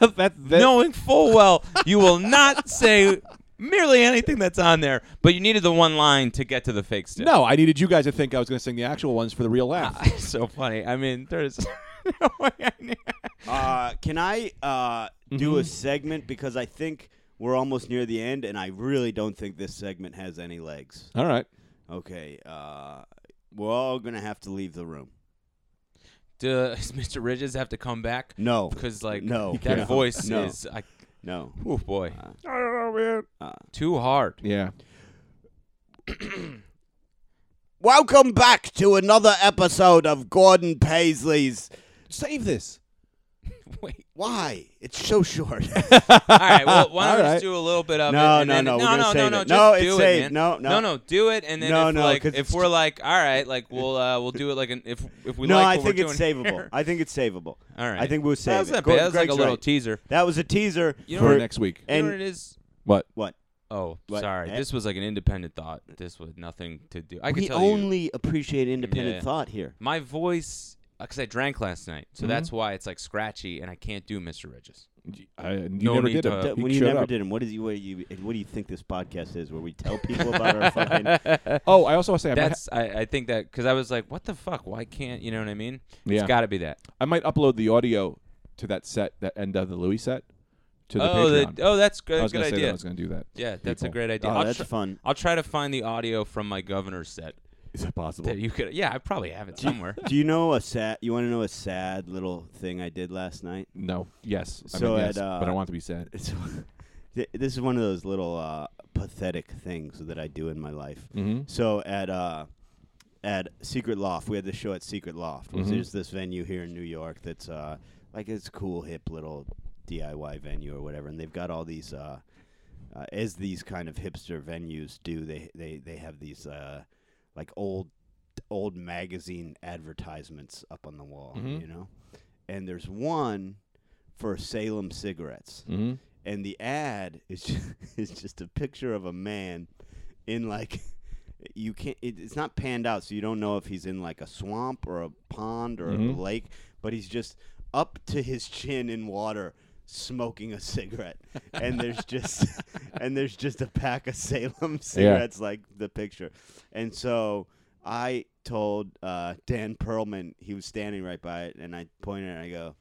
that, that- Knowing full well you will not say merely anything that's on there, but you needed the one line to get to the fake stuff. No, I needed you guys to think I was going to sing the actual ones for the real laugh. so funny. I mean, there's no way I knew. Uh, can I uh, do a segment? Because I think we're almost near the end, and I really don't think this segment has any legs. All right. Okay. Uh, we're all going to have to leave the room. Does Mr. Ridges have to come back? No. Because like No. that No. voice No. Uh, is I, No. oh boy, I don't know, man. uh. too hard. Yeah. Welcome back to another episode of Gordon Paisley's. Save this. Wait. Why? It's so short. All right. Well, why don't we All just right. do a little bit of No, it? and no, then- no, we're no, gonna no, no, save no. it. Just No, do it's it, saved. man. No, no. no, Do it, and then No, if no, like 'cause if it's we're like, all right, like we'll uh, we'll do it like an, if if we no, like I what think we're it's doing savable. here. I think it's savable. All right. I think we'll save That was it. not bad. Gordon That was like a Greg's little right. teaser. That was a teaser. You know For what- next week. You know what and it is? What? what? Oh, What? sorry. Eh? This was like an independent thought. This was nothing to do. I can we tell you. only appreciate independent Yeah. thought here. My voice, because I drank last night, Mm-hmm. so that's why it's like scratchy, and I can't do Mr. Ridges. I, you No never need did to- it. That- Oh, He when you showed never up. did him, what is you? What do you? And what do you think this podcast is? Where we tell people about our fucking? Oh, I also want to say I might, ha- That's I, I think that because I was like, what the fuck? Why can't you know what I mean? It's Yeah. got to be that. I might upload the audio to that set, that end of the Louis set, to the oh, Patreon. oh, that's good. I was good gonna say that I idea. was going to do that. Yeah, that's a people. great idea. Oh, I'll that's tr- fun. I'll try to find the audio from my governor's set Is that possible? that you could. Yeah, I probably have it somewhere. Do you know a sad? You want to know a sad little thing I did last night? No. Yes. I So mean, at, yes, but I uh, want it to be said. It's, th- this is one of those little uh, pathetic things that I do in my life. Mm-hmm. So at uh, at Secret Loft. We had this show at Secret Loft, which is this venue here in New York that's uh, like this cool, hip little DIY venue or whatever. And they've got all these, uh, uh, as these kind of hipster venues do, they they they have these uh, like old old magazine advertisements up on the wall, you know. And there's one for Salem cigarettes Mhm. and the ad is just, is just a picture of a man in like you can't it, it's not panned out so you don't know if he's in like a swamp or a pond or a lake but he's just up to his chin in water smoking a cigarette and there's just and there's just a pack of salem cigarettes like the picture and so i told uh, dan perlman he was standing right by it and i pointed and i go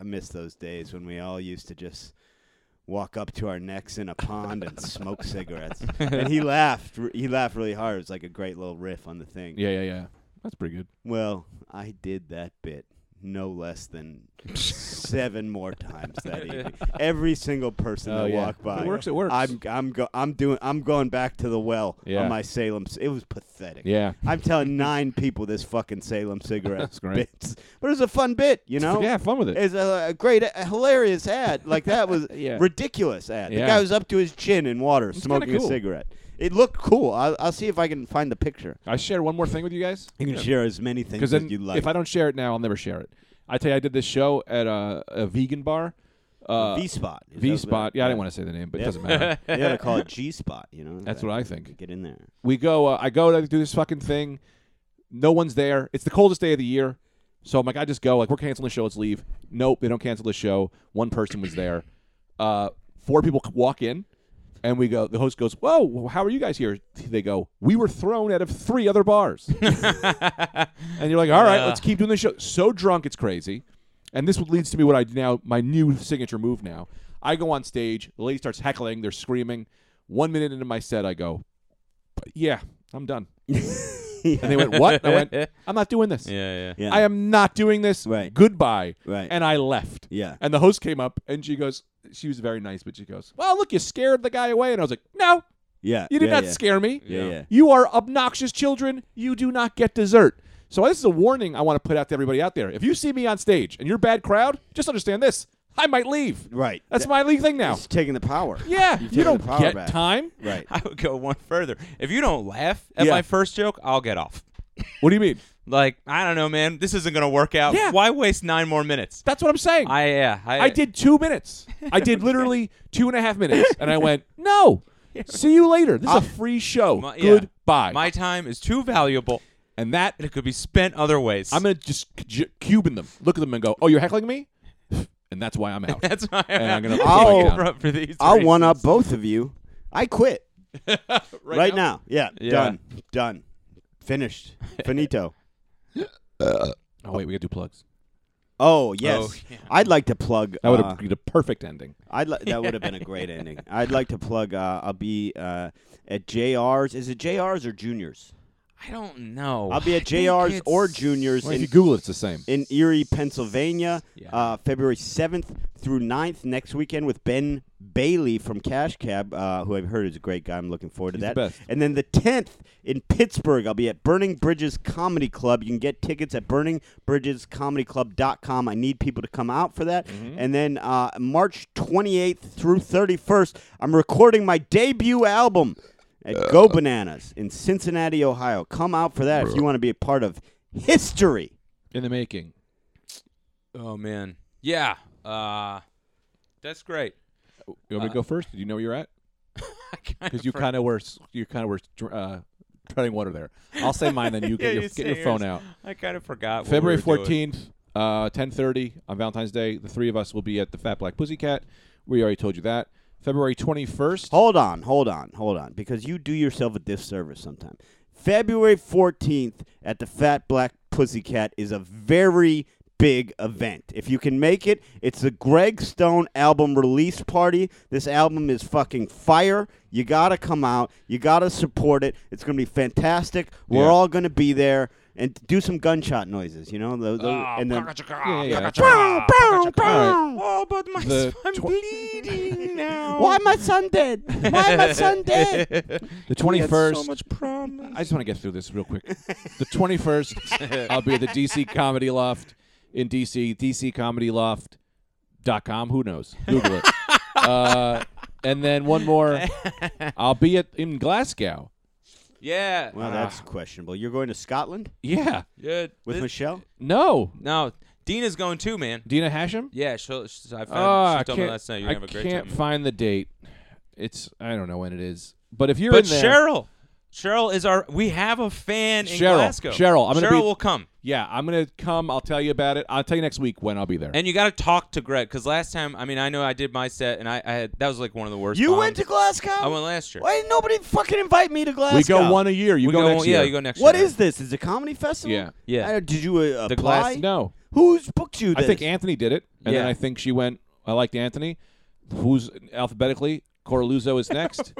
I miss those days when we all used to just walk up to our necks in a pond and smoke cigarettes. And he laughed. r- He laughed really hard. It was like a great little riff on the thing. Yeah, yeah, yeah. That's pretty good. Well, I did that bit no less than seven more times that evening. Every single person Oh, that yeah. walked by. If it works, it works. I'm I'm go, I'm doing I'm going back to the well Yeah. on my Salem. c- It was pathetic. Yeah. I'm telling nine people this fucking Salem cigarette great. bits. But it was a fun bit, you know? yeah, have fun with it. It's a, a great, a hilarious ad. Like that was Yeah. ridiculous ad. The Yeah. guy was up to his chin in water, smoking cool. a cigarette. It looked cool. I'll, I'll see if I can find the picture. I share one more thing with you guys. You can share as many Because things then, as you like. if I don't share it now, I'll never share it. I tell you, I did this show at a, a vegan bar. Uh, V spot. V Spot. Yeah, I didn't want to say the name, but it doesn't matter. You gotta call it G spot. You know. That's what I think. Get in there. we go uh, i go to do this fucking thing no one's there it's the coldest day of the year so i'm like i just go like we're canceling the show let's leave nope they don't cancel the show one person was there uh, four people c- walk in and we go the host goes whoa how are you guys here they go we were thrown out of three other bars and you're like all right let's keep doing the show so drunk it's crazy and this leads to me what i do now my new signature move now i go on stage the lady starts heckling they're screaming one minute into my set i go yeah, I'm done. And they went, what? I went, I'm not doing this. yeah, yeah. Yeah. I am not doing this. Right. Goodbye. Right. And I left. Yeah. And the host came up and she goes, she was very nice, but she goes, well, look, you scared the guy away. And I was like, no, Yeah. you did yeah, not yeah. scare me. Yeah, yeah. You are obnoxious children. You do not get dessert. So this is a warning I want to put out to everybody out there. If you see me on stage and you're a bad crowd, just understand this. I might leave. Right. That's That- my league thing now. It's taking the power. Yeah. You've You taken don't the power get back. time. Right. I would go one further. If you don't laugh at Yeah. my first joke, I'll get off. What do you mean? Like, I don't know, man. This isn't gonna work out. Yeah. Why waste nine more minutes? That's what I'm saying. I yeah. I, I did two minutes. I did literally two and a half minutes, and I went, "No, see you later. This is a free show. Uh, My- yeah. Goodbye." My time is too valuable, and that and it could be spent other ways. I'm gonna just j- Cuban them, look at them, and go, "Oh, you're heckling me," and that's why I'm out. That's why I'm, And I'm gonna I'll- for, up for these. I'll reasons. one up both of you. I quit right, now? Yeah, Yeah. Done. Done. Finished. Finito. oh wait, we gotta do plugs. Oh yes. yeah. I'd like to plug. That would uh, have been a perfect ending. I'd li- that would have been a great ending. I'd like to plug. Uh, I'll be uh, at JR's. Is it JR's or Juniors? I don't know. I'll be I at think JR's it's- or Juniors Well, if in, you Google it, it's the same. in Erie, Pennsylvania, Yeah. uh, February seventh through 9th next weekend with Ben Bailey from Cash Cab, uh, who I've heard is a great guy. I'm looking forward to He's that. the best. And then the tenth in Pittsburgh, I'll be at Burning Bridges Comedy Club. You can get tickets at burningbridgescomedyclub.com. I need people to come out for that. Mm-hmm. And then uh, March 28th through 31st, I'm recording my debut album at Go Uh. Bananas in Cincinnati, Ohio. Come out for that if you want to be a part of history. In the making. Oh man. Yeah. Uh, that's great. You want me to Uh, go first? Do you know where you're at? Because you kind of were, s- you kind of were dr- uh, treading water there. I'll say mine, then you Yeah, get your, you get your say phone yours. out. I kind of forgot. what February we were doing. fourteenth, uh, ten thirty on Valentine's Day. The three of us will be at the Fat Black Pussycat. We already told you that. February twenty first. Hold on, hold on, hold on, because you do yourself a disservice sometimes. February 14th at the Fat Black Pussycat is a very big event. If you can make it, it's the Greg Stone album release party. This album is fucking fire. You got to come out. You got to support it. It's going to be fantastic. We're Yeah. all going to be there and do some gunshot noises, you know? The, the, and then Yeah, yeah, that's Oh, but my The I'm tw- bleeding now. why my son dead? Why my son dead? The 21st. So much promise. I just want to get through this real quick. the 21st, I'll be at the DC Comedy Loft in DC, dccomedyloft.com. Who knows? Google it. uh, and then one more, I'll be at in Glasgow. Yeah. Well, that's questionable. You're going to Scotland Yeah. yeah. with This- Michelle? No. No, Dina's going too, man. Dina Hashem? Yeah, she'll, she, I found, Ah, I she told me can't- last night. You're I gonna have a great can't time. find the date. It's I don't know when it is, but if you're but in there, Cheryl, Cheryl is our. We have a fan in Cheryl, Glasgow. Cheryl, I'm gonna be- Cheryl will come, yeah, I'm gonna come. I'll tell you about it. I'll tell you next week when I'll be there. and you got to talk to Greg because last time, I mean, I know I did my set, and I, I had that was like one of the worst. You went bombs. to Glasgow? Um, I went last year. Why didn't nobody fucking invite me to Glasgow? we go one a year. You we go, go, next yeah, year. you go next What year. is this? Is it a comedy festival? Yeah. Yeah. Uh, did you uh, The apply? Glas- No, Who's booked you? This? I think Anthony did it, and then Yeah. I think she went. I liked Anthony. Who's alphabetically Coraluzzo is next.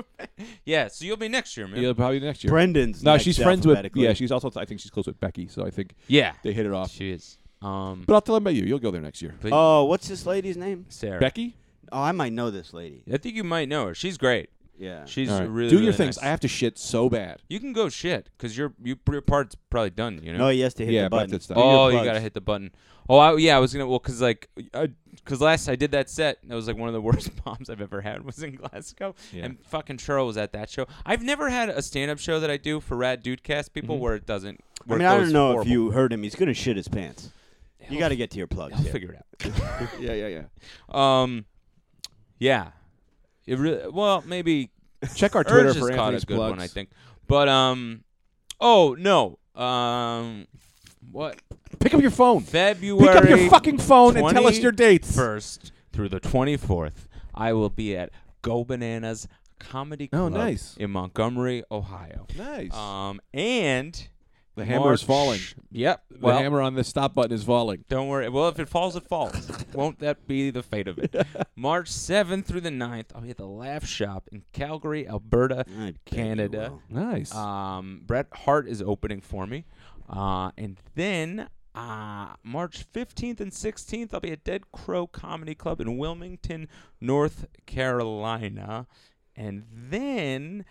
Yeah, so you'll be next year, man. You'll probably be next year. Brendan's. no, next she's friends with. alphabetically. Yeah, she's also. I think she's close with Becky, so I think Yeah, they hit it off. she is. Um, But I'll tell them about you. You'll go there next year. but Oh, what's this lady's name? Sarah, Becky, Oh, I might know this lady. I think you might know her. She's great. Yeah. She's All right. really do your really things. nice. I have to shit so bad. You can go shit because your you, your part's probably done. You know. no, he has to hit Yeah, the but button. that's not- Do your Oh, you plugs. gotta hit the button. Oh, I, yeah, I was gonna. Well, cause like, I, cause last I did that set. and That was like one of the worst bombs I've ever had. Was in Glasgow, Yeah. and fucking Cheryl was at that show. I've never had a stand-up show that I do for Rad Dudecast people Mhm. where it doesn't. I Where mean, it I goes don't know horrible. if you heard him. He's gonna shit his pants. You got to get to your plugs. I'll here. figure it yeah, yeah, yeah. out. Um, yeah, it really. Well, maybe Check our Twitter Urge for has caught a Anthony's good plugs. one, I think. But um, oh no, um, what Pick up your phone. February? Pick up your fucking phone and tell us 20 your dates. 1st through the 24th, I will be at Go Bananas Comedy Club Oh, nice. in Montgomery, Ohio. Nice. Um, and the hammer is March- falling. Yep. The well, hammer on the stop button is falling. don't worry. Well, if it falls, it falls. Won't that be the fate of it? March 7th through the 9th, I'll be at the Laugh Shop in Calgary, Alberta, I uh, bet you Canada. will. Nice. Um, Bret Hart is opening for me. Uh, and then uh, March 15th and 16th, I'll be at Dead Crow Comedy Club in Wilmington, North Carolina. And then